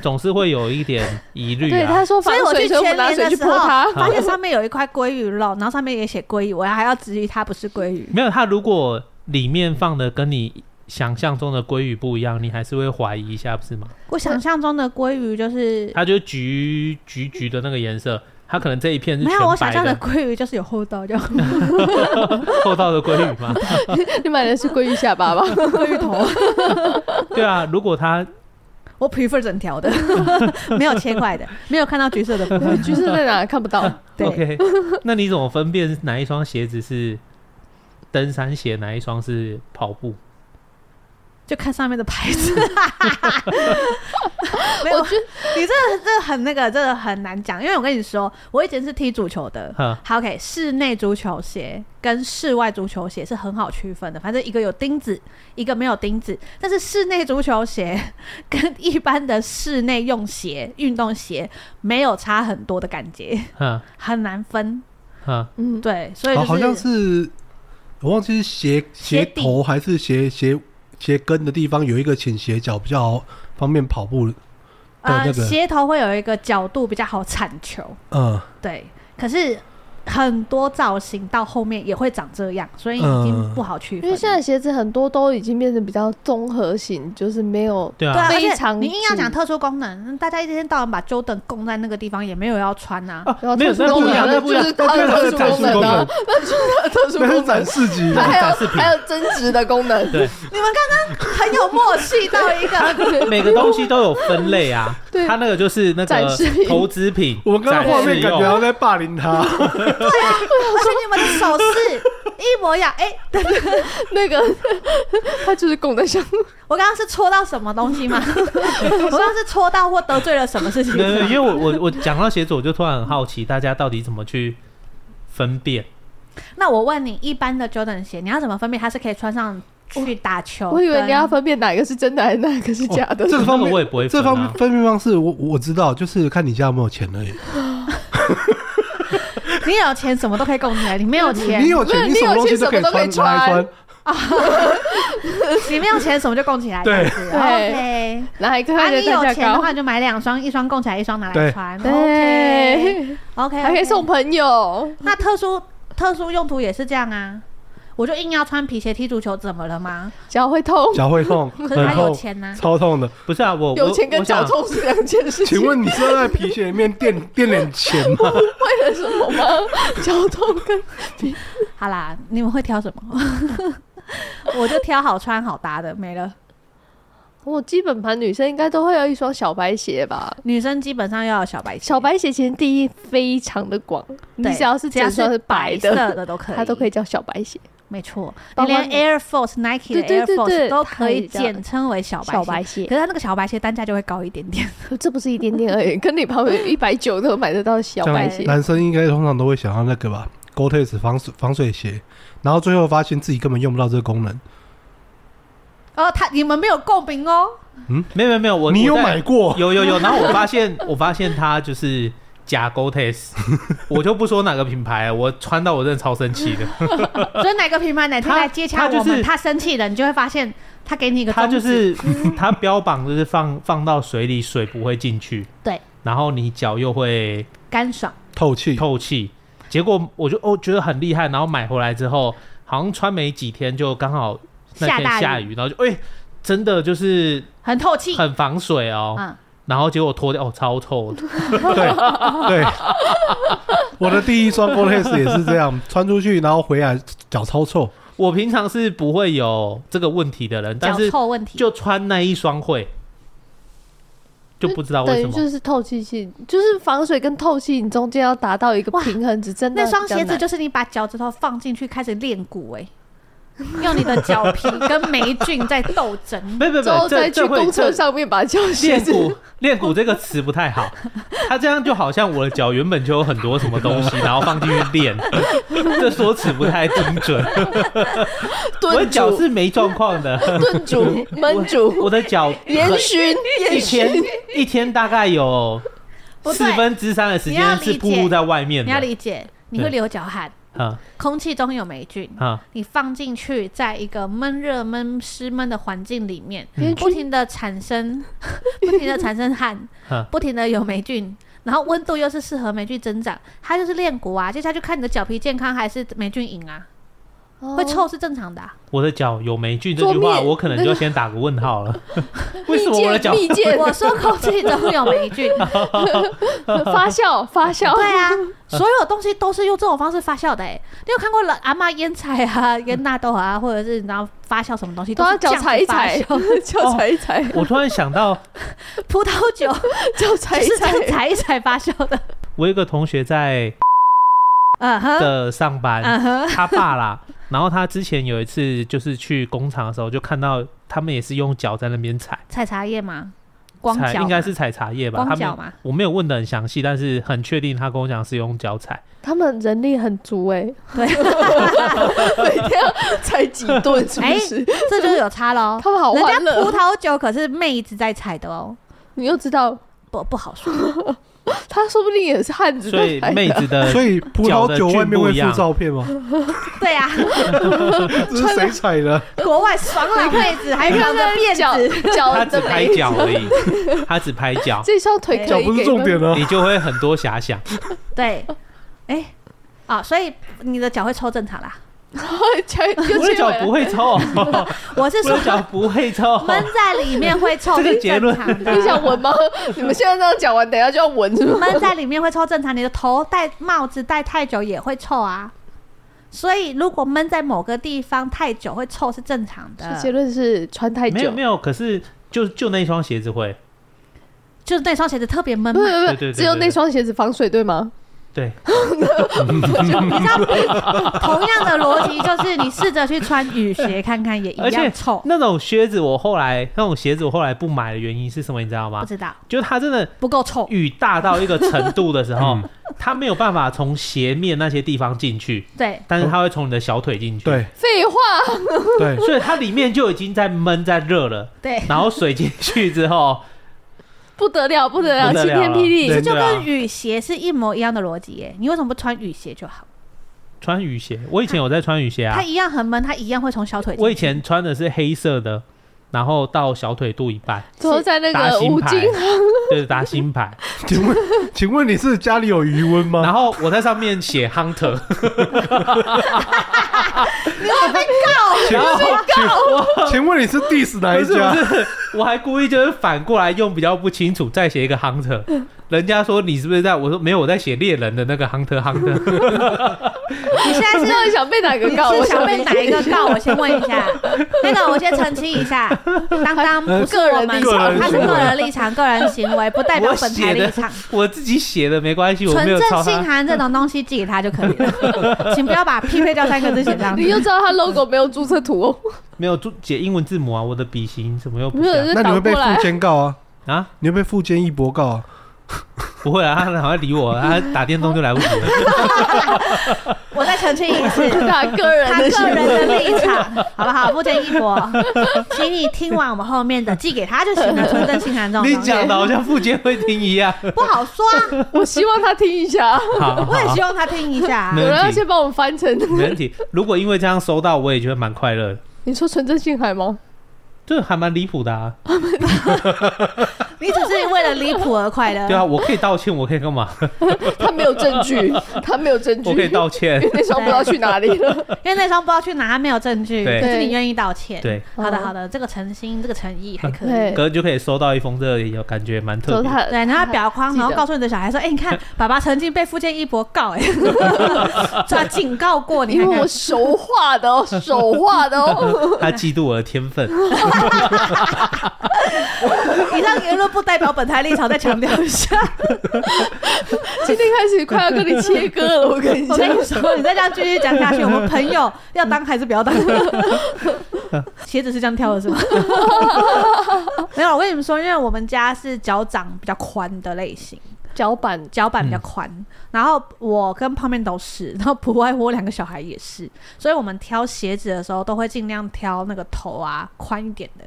[SPEAKER 4] 总是会有一点疑 虑
[SPEAKER 3] 对，
[SPEAKER 4] 啊。
[SPEAKER 3] 他说
[SPEAKER 2] 所
[SPEAKER 3] 防
[SPEAKER 2] 以我去
[SPEAKER 3] 水，所以我
[SPEAKER 2] 全
[SPEAKER 3] 们拿
[SPEAKER 2] 联
[SPEAKER 3] 水
[SPEAKER 2] 的
[SPEAKER 3] 去
[SPEAKER 2] 时
[SPEAKER 3] 泼
[SPEAKER 2] 候，
[SPEAKER 3] 它。
[SPEAKER 2] 发现上面有一块鲑鱼肉，然后上面也写鲑鱼，我还要质疑它不是鲑鱼。
[SPEAKER 4] 没有，他如果里面放的跟你想象中的鲑鱼不一样，你还是会怀疑一下，不是吗？
[SPEAKER 2] 我想象中的鲑鱼就是
[SPEAKER 4] 它就是橘橘橘的那个颜色，它可能这一片是
[SPEAKER 2] 没有，我想
[SPEAKER 4] 全白
[SPEAKER 2] 象的
[SPEAKER 4] 的，
[SPEAKER 2] 鲑鱼就是有厚道，就
[SPEAKER 4] 厚道的鲑鱼嘛。
[SPEAKER 3] 你买的是鲑鱼下巴吧？
[SPEAKER 2] 鲑鱼头。
[SPEAKER 4] 对啊，如果它
[SPEAKER 2] 我 prefer 整条的， 没有切块的，没有看到橘色的部分。
[SPEAKER 3] 橘色在哪看 不到？
[SPEAKER 2] 对
[SPEAKER 4] OK，那你怎么分辨哪一双鞋子是登山鞋，哪一双是跑步？
[SPEAKER 2] 就看上面的牌子。 没有
[SPEAKER 3] 我，觉得
[SPEAKER 2] 你这个这个很那个，这个很难讲，因为我跟你说，我以前是踢足球的。
[SPEAKER 4] 哈，
[SPEAKER 2] 好，OK，室内足球鞋跟室外足球鞋是很好区分的，反正一个有钉子，一个没有钉子。但是室内足球鞋跟一般的室内用鞋、运动鞋没有差很多的感觉，
[SPEAKER 4] 哈，
[SPEAKER 2] 很难分。
[SPEAKER 4] 哈，
[SPEAKER 3] 嗯，
[SPEAKER 2] 对，所以、就
[SPEAKER 1] 哦好
[SPEAKER 2] 是、
[SPEAKER 1] 好像是我忘记是鞋
[SPEAKER 2] 鞋
[SPEAKER 1] 鞋
[SPEAKER 2] 底
[SPEAKER 1] 头还是鞋鞋鞋跟的地方有一个倾斜角，比较好方便跑步。
[SPEAKER 2] 呃
[SPEAKER 1] 对对对
[SPEAKER 2] 鞋头会有一个角度比较好铲球。
[SPEAKER 1] 嗯，
[SPEAKER 2] 对，可是很多造型到后面也会长这样，所以已经不好区
[SPEAKER 3] 因
[SPEAKER 2] 分了。
[SPEAKER 3] 为现在鞋子很多都已经变成比较综合型，就是没有
[SPEAKER 4] 对
[SPEAKER 2] 对啊，
[SPEAKER 4] 啊，
[SPEAKER 2] 而
[SPEAKER 3] 非
[SPEAKER 2] 且
[SPEAKER 3] 常
[SPEAKER 2] 你硬要
[SPEAKER 3] 紧
[SPEAKER 2] 讲特殊功能，大家一天到晚把 Jordan 供在那个地方，也没有要穿 啊。
[SPEAKER 4] 啊
[SPEAKER 3] 然后
[SPEAKER 4] 没有
[SPEAKER 3] 特殊
[SPEAKER 4] 那不
[SPEAKER 3] 功
[SPEAKER 4] 一样，
[SPEAKER 3] 能
[SPEAKER 4] 那不一样
[SPEAKER 3] 就是，
[SPEAKER 1] 那
[SPEAKER 3] 它
[SPEAKER 1] 就是它的
[SPEAKER 3] 的特
[SPEAKER 1] 展
[SPEAKER 3] 殊
[SPEAKER 1] 示
[SPEAKER 3] 功
[SPEAKER 1] 功
[SPEAKER 3] 能 啊
[SPEAKER 1] 能，，
[SPEAKER 3] 它的特
[SPEAKER 1] 那
[SPEAKER 3] 殊
[SPEAKER 1] 是
[SPEAKER 3] 功
[SPEAKER 1] 展
[SPEAKER 3] 能，
[SPEAKER 1] 示级
[SPEAKER 3] 它
[SPEAKER 1] 的。
[SPEAKER 3] 还
[SPEAKER 4] 展示
[SPEAKER 3] 有
[SPEAKER 4] 品
[SPEAKER 3] 还有增值的功能，
[SPEAKER 4] 对，
[SPEAKER 2] 很有默契到一个，
[SPEAKER 4] 每个东西都有分类啊。
[SPEAKER 3] 对
[SPEAKER 4] 它那个就是那
[SPEAKER 3] 展
[SPEAKER 4] 个
[SPEAKER 3] 示品
[SPEAKER 4] 投资品，
[SPEAKER 1] 我们刚刚画
[SPEAKER 4] 展
[SPEAKER 1] 面
[SPEAKER 4] 示
[SPEAKER 1] 感
[SPEAKER 4] 用
[SPEAKER 1] 觉好像在霸凌他。
[SPEAKER 2] 啊而且你们的手势一模一样。哎、
[SPEAKER 3] 那个它就是供在上面。
[SPEAKER 2] 我刚刚是戳到什么东西吗？我刚刚是戳到或得罪了什么事情
[SPEAKER 4] 没有没有因
[SPEAKER 2] 吗？
[SPEAKER 4] 为我我我讲到鞋子，我就突然很好奇，大家到底怎么去分辨？
[SPEAKER 2] 那我问你，一般的 Jordan 鞋，你要怎么分辨它是可以穿上去打球？
[SPEAKER 3] 我以为
[SPEAKER 2] 跟
[SPEAKER 3] 你要分辨哪个是真的，还是哪个是假的。
[SPEAKER 1] 这个方
[SPEAKER 4] 那
[SPEAKER 1] 面
[SPEAKER 4] 个我也不会
[SPEAKER 1] 这
[SPEAKER 4] 分啊
[SPEAKER 1] 方面分辨方式我我知道，就是看你家有没有钱而已。
[SPEAKER 2] 你有钱什么都可以供起来，你没有钱，
[SPEAKER 1] 你有钱，
[SPEAKER 3] 没
[SPEAKER 1] 什么
[SPEAKER 3] 有
[SPEAKER 1] 东西
[SPEAKER 3] 你有
[SPEAKER 1] 可
[SPEAKER 3] 钱
[SPEAKER 1] 以
[SPEAKER 3] 什么都可以
[SPEAKER 1] 拿来
[SPEAKER 3] 穿
[SPEAKER 1] 穿。
[SPEAKER 2] 你 没有钱什么就供起来，
[SPEAKER 1] 对
[SPEAKER 2] 这样子
[SPEAKER 3] 啊
[SPEAKER 2] OK。
[SPEAKER 3] 哪一 个
[SPEAKER 2] 啊，
[SPEAKER 3] 看起来
[SPEAKER 2] 你有
[SPEAKER 3] 单
[SPEAKER 2] 钱
[SPEAKER 3] 价
[SPEAKER 2] 的
[SPEAKER 3] 高？
[SPEAKER 2] 话就买两双，一双供起来，一双拿来
[SPEAKER 1] 对
[SPEAKER 2] 穿。OK
[SPEAKER 3] 对，
[SPEAKER 2] OK，
[SPEAKER 3] 还可以送。朋友。
[SPEAKER 2] 那特殊特殊用途也是这样啊。我就硬要穿皮鞋踢足球，怎么了吗？
[SPEAKER 3] 脚会痛，
[SPEAKER 1] 脚会 痛，
[SPEAKER 2] 可是他
[SPEAKER 1] 很
[SPEAKER 2] 有
[SPEAKER 1] 痛，
[SPEAKER 2] 钱呐、
[SPEAKER 1] 超痛的。
[SPEAKER 4] 不是啊，我我
[SPEAKER 3] 有钱跟
[SPEAKER 4] 我想
[SPEAKER 3] 脚痛是两件事情。
[SPEAKER 1] 请问你是要在皮鞋里面 垫垫点钱吗？
[SPEAKER 3] 为了什么吗？ 脚痛跟
[SPEAKER 2] 好啦，你们会挑什么？ 我就挑好穿好搭的，没了。
[SPEAKER 3] 我基本盘女生应该都会有一双小白鞋吧。
[SPEAKER 2] 女生基本上要有小白鞋，
[SPEAKER 3] 小白鞋其实定义非常的广，你
[SPEAKER 2] 对
[SPEAKER 3] 只要是
[SPEAKER 2] 只要
[SPEAKER 3] 整双
[SPEAKER 2] 是
[SPEAKER 3] 白
[SPEAKER 2] 色
[SPEAKER 3] 的，
[SPEAKER 2] 的都可以，
[SPEAKER 3] 它都可以，叫小白鞋。
[SPEAKER 2] 没错。
[SPEAKER 3] 包
[SPEAKER 2] 你
[SPEAKER 3] 括
[SPEAKER 2] 连 Air Force、Nike 的
[SPEAKER 3] 对
[SPEAKER 2] Air
[SPEAKER 3] 对对
[SPEAKER 2] Force
[SPEAKER 3] 对
[SPEAKER 2] 都可以
[SPEAKER 3] 它也叫
[SPEAKER 2] 简称为小白鞋。
[SPEAKER 3] 小白鞋
[SPEAKER 2] 可是它那个小白鞋单价就会高一点点。
[SPEAKER 3] 这不是一点点而已， 跟你旁边一百九都买得到小
[SPEAKER 1] 这
[SPEAKER 3] 白
[SPEAKER 1] 样
[SPEAKER 3] 鞋。
[SPEAKER 1] 男生应该通常都会想要那个吧，Gore-Tex 防水防水鞋，然后最后发现自己根本用不到这个功能。
[SPEAKER 2] 哦，他你们没有共鸣哦，
[SPEAKER 4] 没有没有没有，我
[SPEAKER 1] 你有
[SPEAKER 4] 我在
[SPEAKER 1] 买过？
[SPEAKER 4] 有有有，然后我发现我发现它就是假 g o t e s 我就不说哪个品牌了，我穿到我真的超生气的。
[SPEAKER 2] 所以哪个品牌哪天
[SPEAKER 4] 他
[SPEAKER 2] 来接洽
[SPEAKER 4] 他就
[SPEAKER 2] 我们，
[SPEAKER 4] 是
[SPEAKER 2] 他生气了，你就会发现他给你一个嗯
[SPEAKER 4] 它就
[SPEAKER 2] 宗旨
[SPEAKER 4] 是它标榜就是放放到水里水不会进去，
[SPEAKER 2] 对，
[SPEAKER 4] 然后你脚又会
[SPEAKER 2] 干爽。
[SPEAKER 1] 透气，
[SPEAKER 4] 透气。结果我就哦觉得很厉害，然后买回来之后，好像穿没几天就刚好那
[SPEAKER 2] 下
[SPEAKER 4] 天
[SPEAKER 2] 大雨
[SPEAKER 4] 下雨，然后就哎、真的就是
[SPEAKER 2] 很透气。
[SPEAKER 4] 很防水哦。
[SPEAKER 2] 嗯，
[SPEAKER 4] 然后结果脱掉哦，超臭的。
[SPEAKER 1] 对 对。我的第一双 Gore-Tex 也是这样，穿出去然后回来脚超臭，
[SPEAKER 4] 我平常是不会有这个问题的人，但
[SPEAKER 2] 脚
[SPEAKER 4] 是
[SPEAKER 2] 臭问题。
[SPEAKER 4] 就穿那一双会，就不知道为
[SPEAKER 3] 等
[SPEAKER 4] 什
[SPEAKER 3] 于
[SPEAKER 4] 么。
[SPEAKER 3] 就是透气性，就是防水跟透气，你中间要达到一个平衡值，真的
[SPEAKER 2] 那双鞋
[SPEAKER 3] 比较
[SPEAKER 2] 子
[SPEAKER 3] 难
[SPEAKER 2] 就是你把脚趾头放进去开始练骨哎、用你的脚皮跟霉菌在斗 争。
[SPEAKER 4] 没有没有
[SPEAKER 3] 之
[SPEAKER 4] 没
[SPEAKER 3] 后
[SPEAKER 4] 有，
[SPEAKER 3] 再
[SPEAKER 4] 这
[SPEAKER 3] 去
[SPEAKER 4] 这
[SPEAKER 3] 公
[SPEAKER 4] 会
[SPEAKER 3] 车
[SPEAKER 4] 这
[SPEAKER 3] 上面把胶鞋
[SPEAKER 4] 练
[SPEAKER 3] 子
[SPEAKER 4] 骨练骨这个词不太好， 他这样就好像我的脚原本就有很多什么东西，然后放进去练， 这说辞不太精准。我的
[SPEAKER 3] 蹲
[SPEAKER 4] 脚
[SPEAKER 3] 住、
[SPEAKER 4] 是没状 况的，
[SPEAKER 3] 蹲 住、闷
[SPEAKER 4] 我
[SPEAKER 3] 住、
[SPEAKER 4] 的脚
[SPEAKER 3] 烟熏、
[SPEAKER 4] 一
[SPEAKER 3] 烟
[SPEAKER 4] 天
[SPEAKER 3] 熏，
[SPEAKER 4] 一天大概有
[SPEAKER 2] 不对
[SPEAKER 4] 四分之三的时
[SPEAKER 2] 你要
[SPEAKER 4] 间
[SPEAKER 2] 理
[SPEAKER 4] 是暴露
[SPEAKER 2] 解
[SPEAKER 4] 在外面
[SPEAKER 2] 你要
[SPEAKER 4] 的。
[SPEAKER 2] 理解，你会流脚汗，
[SPEAKER 4] 啊
[SPEAKER 2] 空气中有霉菌，
[SPEAKER 4] 啊，
[SPEAKER 2] 你放进去，在一个闷热、闷湿闷的环境里面，
[SPEAKER 3] 烟
[SPEAKER 2] 不
[SPEAKER 3] 熏
[SPEAKER 2] 停的产生， 不停的产生汗
[SPEAKER 4] 嗯，
[SPEAKER 2] 不停的有霉菌，然后温度又是适合霉菌增长，它就是练骨啊。接下去看你的脚皮健康还是霉菌赢啊，会
[SPEAKER 3] 哦
[SPEAKER 2] 臭是正常的啊、
[SPEAKER 4] 我的脚有霉菌这句
[SPEAKER 3] 桌
[SPEAKER 4] 话，
[SPEAKER 3] 面
[SPEAKER 4] 我可能就先打个问 号了。为什么我的脚
[SPEAKER 3] 蜜饯
[SPEAKER 2] 我说空气中有霉 菌，
[SPEAKER 3] 哦发酵发酵，
[SPEAKER 2] 对啊，所有东西都是用这种方式发酵的、欸。你有看过了阿妈腌菜 啊、腌纳豆啊，或者是你知道发酵什么东西，
[SPEAKER 3] 都
[SPEAKER 2] 是
[SPEAKER 3] 要脚
[SPEAKER 2] 这样子
[SPEAKER 3] 踩一
[SPEAKER 2] 发
[SPEAKER 3] 踩，
[SPEAKER 2] 酵
[SPEAKER 3] 脚踩一踩，
[SPEAKER 4] 我突然想到，
[SPEAKER 2] 葡萄酒
[SPEAKER 3] 脚踩一
[SPEAKER 2] 是这
[SPEAKER 3] 踩，
[SPEAKER 2] 样踩一踩发酵 的。
[SPEAKER 4] 我有一个同学在
[SPEAKER 2] 嗯
[SPEAKER 3] 啊
[SPEAKER 2] 哼，
[SPEAKER 4] 的上班，
[SPEAKER 2] 嗯哼，
[SPEAKER 4] 他爸啦，然后他之前有一次就是去工厂的时候，就看到他们也是用脚在那边踩，
[SPEAKER 2] 采茶叶吗？光
[SPEAKER 4] 踩
[SPEAKER 2] 脚
[SPEAKER 4] 应该
[SPEAKER 2] 吗
[SPEAKER 4] 是采茶叶吧？
[SPEAKER 2] 光
[SPEAKER 4] 他
[SPEAKER 2] 脚
[SPEAKER 4] 们
[SPEAKER 2] 吗？
[SPEAKER 4] 我没有问的很详细，但是很确定他跟我讲是用脚踩。
[SPEAKER 3] 他们人力很足哎，
[SPEAKER 2] 对，
[SPEAKER 3] 每天要踩几顿是不是？
[SPEAKER 2] 这就有差喽。
[SPEAKER 3] 他们好
[SPEAKER 2] 人家
[SPEAKER 3] 欢
[SPEAKER 2] 葡
[SPEAKER 3] 乐，
[SPEAKER 2] 萄酒可是妹子在采的哦，
[SPEAKER 3] 你又知道
[SPEAKER 2] 不不好说。
[SPEAKER 3] 他说不定也是汉子
[SPEAKER 4] 所以
[SPEAKER 3] 在踩
[SPEAKER 4] 妹
[SPEAKER 3] 的，
[SPEAKER 4] 子的
[SPEAKER 1] 所以葡
[SPEAKER 4] 脚
[SPEAKER 1] 萄
[SPEAKER 4] 的
[SPEAKER 1] 酒
[SPEAKER 4] 菌
[SPEAKER 1] 外面
[SPEAKER 4] 不
[SPEAKER 1] 会
[SPEAKER 4] 一
[SPEAKER 1] 附
[SPEAKER 4] 样
[SPEAKER 1] 照片吗？
[SPEAKER 2] 对啊，
[SPEAKER 1] 这是谁踩的？
[SPEAKER 2] 国外爽朗妹子还扛着
[SPEAKER 3] 脚
[SPEAKER 2] 辫子，
[SPEAKER 3] 脚
[SPEAKER 4] 他只
[SPEAKER 3] 的
[SPEAKER 4] 拍
[SPEAKER 3] 美
[SPEAKER 4] 脚 而已，他只拍脚，
[SPEAKER 3] 这双腿可
[SPEAKER 1] 脚
[SPEAKER 3] 以
[SPEAKER 1] 不是
[SPEAKER 3] 给
[SPEAKER 1] 重 点啊
[SPEAKER 4] 你。就会很多遐想。
[SPEAKER 2] 对，哎啊，所以你的脚会抽正常啦。
[SPEAKER 3] 脚又
[SPEAKER 4] 我的脚不
[SPEAKER 3] 会，
[SPEAKER 4] 会臭，我
[SPEAKER 2] 我是说
[SPEAKER 4] 的脚不会臭。
[SPEAKER 2] 闷在里面会臭，
[SPEAKER 4] 这个
[SPEAKER 2] 是
[SPEAKER 4] 结
[SPEAKER 2] 正
[SPEAKER 4] 论
[SPEAKER 2] 常的。
[SPEAKER 3] 你想闻 吗？你们现在这样讲完，等一下就要闻 是吗？
[SPEAKER 2] 闷在里面会臭正常，你的头戴帽子戴太久也会臭啊。所以如果闷在某个地方太久会臭是正常
[SPEAKER 3] 所以结
[SPEAKER 2] 的，
[SPEAKER 3] 论是穿太久，
[SPEAKER 4] 没有没有，可是就就那一双鞋子会，
[SPEAKER 2] 就是那双鞋子特别闷
[SPEAKER 3] 不
[SPEAKER 2] 嘛。
[SPEAKER 3] 是不
[SPEAKER 4] 对
[SPEAKER 3] 是
[SPEAKER 4] 对
[SPEAKER 3] 不
[SPEAKER 4] 对
[SPEAKER 3] 是，只有那双鞋子防水对吗？
[SPEAKER 4] 对，
[SPEAKER 2] 你知道，同样的逻辑就是你试着去穿雨鞋看看，也一
[SPEAKER 4] 而且
[SPEAKER 2] 样臭。
[SPEAKER 4] 那种靴子我后来那种鞋子我后来不买的原因是什么？你知道
[SPEAKER 2] 不
[SPEAKER 4] 吗？
[SPEAKER 2] 知道
[SPEAKER 4] 就是它真的
[SPEAKER 2] 不够臭，
[SPEAKER 4] 雨大到一个程度的时候
[SPEAKER 1] 嗯，
[SPEAKER 4] 它没有办法从鞋面那些地方进去，
[SPEAKER 2] 对，
[SPEAKER 4] 但是它会从你的小腿进去。，
[SPEAKER 1] 对
[SPEAKER 3] 废话，
[SPEAKER 1] 对，
[SPEAKER 4] 所以它里面就已经在闷在热了，
[SPEAKER 2] 对
[SPEAKER 4] 然后水进去之后，
[SPEAKER 3] 不得了不得了，
[SPEAKER 4] 不得
[SPEAKER 3] 啊晴
[SPEAKER 4] 了
[SPEAKER 3] 天霹雳
[SPEAKER 4] 对
[SPEAKER 2] 这！就
[SPEAKER 4] 对啊
[SPEAKER 2] 跟雨鞋是一模一样的逻辑耶。你为什么不穿雨鞋就好？
[SPEAKER 4] 穿雨鞋，我以前有在穿雨鞋啊
[SPEAKER 2] 它，一样很闷，它一样会从小腿进去。
[SPEAKER 4] 我以前穿的是黑色的，然后到小腿肚一半，
[SPEAKER 3] 都在那
[SPEAKER 4] 打
[SPEAKER 3] 个
[SPEAKER 4] 新
[SPEAKER 3] 五
[SPEAKER 4] 牌
[SPEAKER 3] 金行，
[SPEAKER 4] 对，打新牌。
[SPEAKER 1] 请问，请问你是家里有余温吗？
[SPEAKER 4] 然后我在上面写 hunter，
[SPEAKER 1] 请
[SPEAKER 4] 然后
[SPEAKER 1] 请请问你是 diss 哪一
[SPEAKER 4] 不是
[SPEAKER 1] 家？
[SPEAKER 4] 不是，我还故意就是反过来用比较不清楚再写一个 hunter，人家说你是不是在？我说没有，我在写猎人的那个 hunter hunter，
[SPEAKER 2] 你现在
[SPEAKER 3] 你
[SPEAKER 2] 是
[SPEAKER 3] 到底想被哪个 告？
[SPEAKER 2] 你
[SPEAKER 3] 我
[SPEAKER 2] 是想被
[SPEAKER 3] 理
[SPEAKER 2] 哪
[SPEAKER 3] 解
[SPEAKER 2] 一 个告？我先问一下，那个我先澄清一下，当当不是我们
[SPEAKER 1] 个人立场
[SPEAKER 2] 他是个人立场、个人行为，不代表
[SPEAKER 4] 我
[SPEAKER 2] 本台
[SPEAKER 4] 写
[SPEAKER 2] 立
[SPEAKER 4] 的
[SPEAKER 2] 场。
[SPEAKER 4] 我自己写的没关系，我
[SPEAKER 2] 纯
[SPEAKER 4] 没有
[SPEAKER 2] 正
[SPEAKER 4] 抄他
[SPEAKER 2] 信。函这种东西寄给他就可以了， 请不要把匹配掉三个字写上
[SPEAKER 3] 你就
[SPEAKER 2] 去。
[SPEAKER 3] 知道他 logo 没有注册 图哦，
[SPEAKER 4] 没有注写英文字母啊，我的笔型怎么又不
[SPEAKER 3] 没有
[SPEAKER 4] 像
[SPEAKER 3] 人
[SPEAKER 1] 那你会被
[SPEAKER 3] 倒过
[SPEAKER 1] 附
[SPEAKER 3] 来
[SPEAKER 1] 监告啊？
[SPEAKER 4] 啊？
[SPEAKER 1] 你会被附监一博告啊？
[SPEAKER 4] 不会啊，他好像理我， 他打电动就来不及了。
[SPEAKER 2] 我再澄清一次，
[SPEAKER 3] 打个人
[SPEAKER 2] 他
[SPEAKER 3] 的
[SPEAKER 2] 个
[SPEAKER 3] 行为。
[SPEAKER 2] 人的立场，好不好？不建议我， 请你听完我们后面的，寄给他就行了。纯正信函这种
[SPEAKER 4] 你
[SPEAKER 2] 东西
[SPEAKER 4] 讲的好像附件会听一样。
[SPEAKER 2] 不好说啊，
[SPEAKER 3] 我希望他听一下，
[SPEAKER 4] 好，好
[SPEAKER 2] 我也
[SPEAKER 4] 好
[SPEAKER 2] 希望他听一下啊
[SPEAKER 4] 没。
[SPEAKER 3] 有
[SPEAKER 4] 问
[SPEAKER 3] 人要
[SPEAKER 4] 题
[SPEAKER 3] 先帮我们翻成。
[SPEAKER 4] 没问题。如果因为这样收到，我也觉得蛮快乐的，
[SPEAKER 3] 你说纯正性海吗？
[SPEAKER 4] 这还蛮离谱的啊。
[SPEAKER 2] 哎你只是为了离谱而快乐。
[SPEAKER 4] 对啊，我可以道歉，我可以干 嘛？
[SPEAKER 3] 他没有证 据，他没有证据。
[SPEAKER 4] 我可以道歉。
[SPEAKER 3] 那时候不知道去哪里了。
[SPEAKER 2] 因为那双不知道去哪，没有证据，
[SPEAKER 4] 对
[SPEAKER 2] 可是你愿意道歉。
[SPEAKER 4] 对，
[SPEAKER 2] 好的
[SPEAKER 3] 哦
[SPEAKER 2] 好的，这个诚心，这个诚意还可以。
[SPEAKER 3] 对
[SPEAKER 4] 哥就可以收到一封这里，有感觉蛮特
[SPEAKER 3] 走
[SPEAKER 4] 别。
[SPEAKER 3] 他
[SPEAKER 2] 对，然后表框，
[SPEAKER 3] 记得
[SPEAKER 2] 然后告诉你的小孩说：“哎，你看，爸爸曾经被附件一博告， 哎， 他警告过你
[SPEAKER 3] 因
[SPEAKER 2] 看
[SPEAKER 3] 为
[SPEAKER 2] 看
[SPEAKER 3] 我。手画的哦，手画的 哦。
[SPEAKER 4] 他嫉妒我的天 分，
[SPEAKER 2] 以上言论不代表本台立场，再强调一下。
[SPEAKER 3] 今天开始快要跟你切割了，我跟你
[SPEAKER 2] 我
[SPEAKER 3] 讲。
[SPEAKER 2] 跟你说，你再这样继续讲下去，我 们朋友要当还是不要当？鞋子是这样挑的， 是吗？没有，我跟你们说，因为我们家是脚掌比较宽的类型。”
[SPEAKER 3] 脚板
[SPEAKER 2] 脚板比
[SPEAKER 4] 嗯
[SPEAKER 2] 较宽，然后我跟泡面都是，然后不外乎我两个小孩也是，所以我们挑鞋子的时候都会尽量挑那个头啊宽一点的，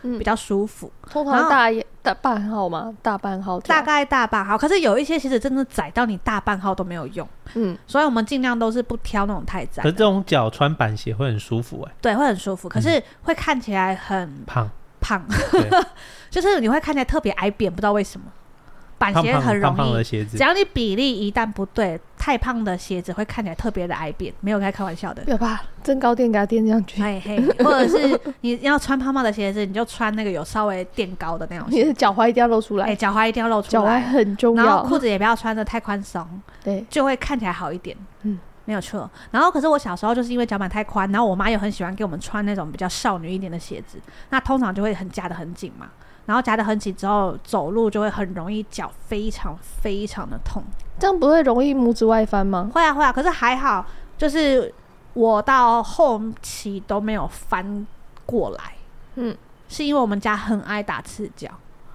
[SPEAKER 3] 嗯
[SPEAKER 2] 比较舒服，
[SPEAKER 4] 嗯
[SPEAKER 3] 通
[SPEAKER 2] 然
[SPEAKER 3] 常
[SPEAKER 2] 后
[SPEAKER 3] 大大半号吗？大半号这
[SPEAKER 2] 大
[SPEAKER 3] 样，
[SPEAKER 2] 概大半号。可是有一些鞋子真的窄到你大半号都没有用，
[SPEAKER 3] 嗯，
[SPEAKER 2] 所以我们尽量都是不挑那种太窄
[SPEAKER 4] 可是
[SPEAKER 2] 的，
[SPEAKER 4] 这种脚穿板鞋会很舒服哎、
[SPEAKER 2] 对，会很舒服，可
[SPEAKER 4] 嗯
[SPEAKER 2] 是会看起来很
[SPEAKER 4] 胖。
[SPEAKER 2] 胖，
[SPEAKER 4] 对
[SPEAKER 2] 就是你会看起来特别矮扁，不知道为什么。板
[SPEAKER 4] 胖
[SPEAKER 2] 啊鞋
[SPEAKER 4] 胖
[SPEAKER 2] 很容易
[SPEAKER 4] 胖胖的鞋子
[SPEAKER 2] 只，要你比例一旦不对，太胖的鞋子会看起来特别的矮扁，没有在开玩笑的。
[SPEAKER 3] 要把增高垫给他垫上去。
[SPEAKER 2] 嘿嘿，或者是你要穿泡泡的鞋子，你就穿那个有稍微垫高的那种
[SPEAKER 3] 你的
[SPEAKER 2] 鞋，
[SPEAKER 3] 脚踝一定要露出
[SPEAKER 2] 哎、
[SPEAKER 3] 来，
[SPEAKER 2] 脚踝一定要露出
[SPEAKER 3] 脚踝
[SPEAKER 2] 来，
[SPEAKER 3] 很重
[SPEAKER 2] 然后
[SPEAKER 3] 要。
[SPEAKER 2] 裤子也不要穿的太宽松，
[SPEAKER 3] 对，
[SPEAKER 2] 就会看起来好一点。
[SPEAKER 3] 嗯
[SPEAKER 2] 嗯，没有错。然后可是我小时候就是因为脚板太宽，然后我妈又很喜欢给我们穿那种比较少女一点的鞋子，那通常就会很夹得很紧嘛。然后夹得很紧之后，走路就会很容易脚非常非常的痛。
[SPEAKER 3] 这样不会容易拇指外翻吗？
[SPEAKER 2] 会啊会啊，可是还好，就是我到后期都没有翻过来。
[SPEAKER 3] 嗯
[SPEAKER 2] 嗯，是因为我们家很爱打赤脚，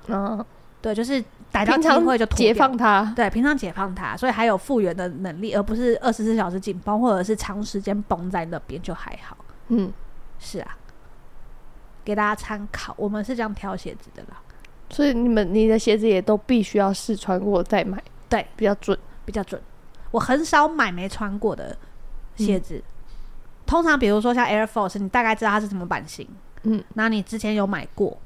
[SPEAKER 3] 嗯，
[SPEAKER 2] 对，就是逮到
[SPEAKER 3] 平
[SPEAKER 2] 机
[SPEAKER 3] 常
[SPEAKER 2] 会就脱
[SPEAKER 3] 解
[SPEAKER 2] 掉
[SPEAKER 3] 放。它。
[SPEAKER 2] 对，平常解放它，所以还有复原的能力，而不是二十四小时紧绷，或者是长时间绷在那边就还好。
[SPEAKER 3] 嗯，
[SPEAKER 2] 是啊，给大家参考，我们是这样挑鞋子的啦，
[SPEAKER 3] 所以你们你的鞋子也都必须要试穿过再买，
[SPEAKER 2] 对，
[SPEAKER 3] 比较准。
[SPEAKER 2] 比较准。我很少买没穿过的鞋
[SPEAKER 4] 嗯
[SPEAKER 2] 子，通常比如说像 Air Force，你大概知道它是什么版型，
[SPEAKER 3] 嗯，
[SPEAKER 2] 那你之前有买过，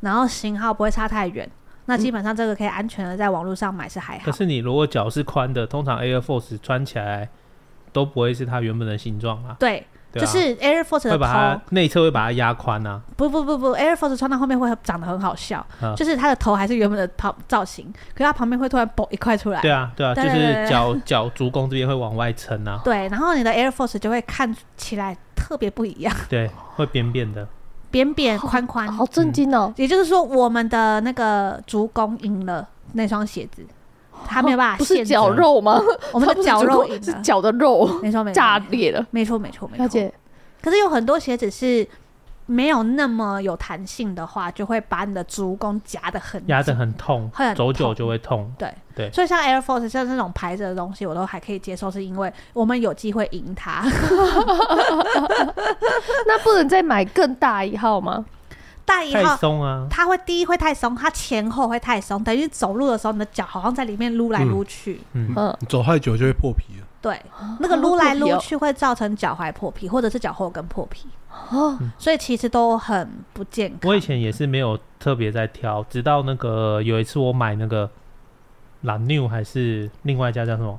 [SPEAKER 2] 然后型号不会差太远，那基本上这个可以安全的在网络上买是还好
[SPEAKER 4] 嗯可。是你如果脚是宽的，通常 Air Force 穿起来都不会是它原本的形状啊，
[SPEAKER 2] 对，
[SPEAKER 4] 对
[SPEAKER 2] 就
[SPEAKER 4] 啊，
[SPEAKER 2] 是 Air Force
[SPEAKER 4] 会
[SPEAKER 2] 的
[SPEAKER 4] 把它
[SPEAKER 2] 头，
[SPEAKER 4] 内侧会把它压宽啊。
[SPEAKER 2] 不不不不，Air Force 穿到后面会长得很好笑，
[SPEAKER 4] 啊
[SPEAKER 2] 就是它的头还是原本的跑造型，可是它旁边会突然爆一块出来。
[SPEAKER 4] 对啊，对啊，就
[SPEAKER 2] 对对
[SPEAKER 4] 是
[SPEAKER 2] 对
[SPEAKER 4] 脚脚足弓这边会往外撑啊，
[SPEAKER 2] 对，然后你的 Air Force 就会看起来特别不一 样，
[SPEAKER 4] 对，会扁扁的。
[SPEAKER 2] 扁扁宽宽，
[SPEAKER 3] 好震惊哦！
[SPEAKER 2] 也就是说，我们的那个足弓赢了那双鞋子，它没有办法
[SPEAKER 3] 哦不
[SPEAKER 2] 限
[SPEAKER 3] 是
[SPEAKER 2] 制
[SPEAKER 3] 绞肉吗？
[SPEAKER 2] 我们
[SPEAKER 3] 它
[SPEAKER 2] 的
[SPEAKER 3] 不是
[SPEAKER 2] 绞
[SPEAKER 3] 足
[SPEAKER 2] 肉
[SPEAKER 3] 弓
[SPEAKER 2] 赢
[SPEAKER 3] 是
[SPEAKER 2] 了，
[SPEAKER 3] 脚的肉
[SPEAKER 2] 没错没错，
[SPEAKER 3] 炸裂了。
[SPEAKER 2] 没错没错没
[SPEAKER 3] 了
[SPEAKER 2] 错。
[SPEAKER 3] 解，
[SPEAKER 2] 可是有很多鞋子是没有那么有弹性的话，就会把你的足弓夹得很
[SPEAKER 4] 压得
[SPEAKER 2] 紧。
[SPEAKER 4] 很痛
[SPEAKER 2] 会很，
[SPEAKER 4] 走久
[SPEAKER 2] 痛
[SPEAKER 4] 就会痛。
[SPEAKER 2] 对
[SPEAKER 4] 对
[SPEAKER 2] 所以像 Air Force 像这种牌子的东西，我都还可以接受，是因为我们有机会赢它。
[SPEAKER 3] 那不能再买更大一号吗？
[SPEAKER 2] 大一
[SPEAKER 4] 太
[SPEAKER 2] 号
[SPEAKER 4] 松啊，
[SPEAKER 2] 它会第一会太松，它前后会太松，等于走路的时候你的脚好像在里面撸来撸去，
[SPEAKER 4] 嗯，
[SPEAKER 3] 嗯，
[SPEAKER 1] 你走太久就会破皮了。
[SPEAKER 2] 对，
[SPEAKER 3] 哦
[SPEAKER 2] 那个撸来撸去会造成脚踝破皮，或者是脚后跟破皮，
[SPEAKER 3] 哦，
[SPEAKER 2] 所以其实都很不健
[SPEAKER 4] 我
[SPEAKER 2] 康
[SPEAKER 4] 以。前也是没有特别在挑，直到那个有一次我买那个蓝牛还是另外一家叫什么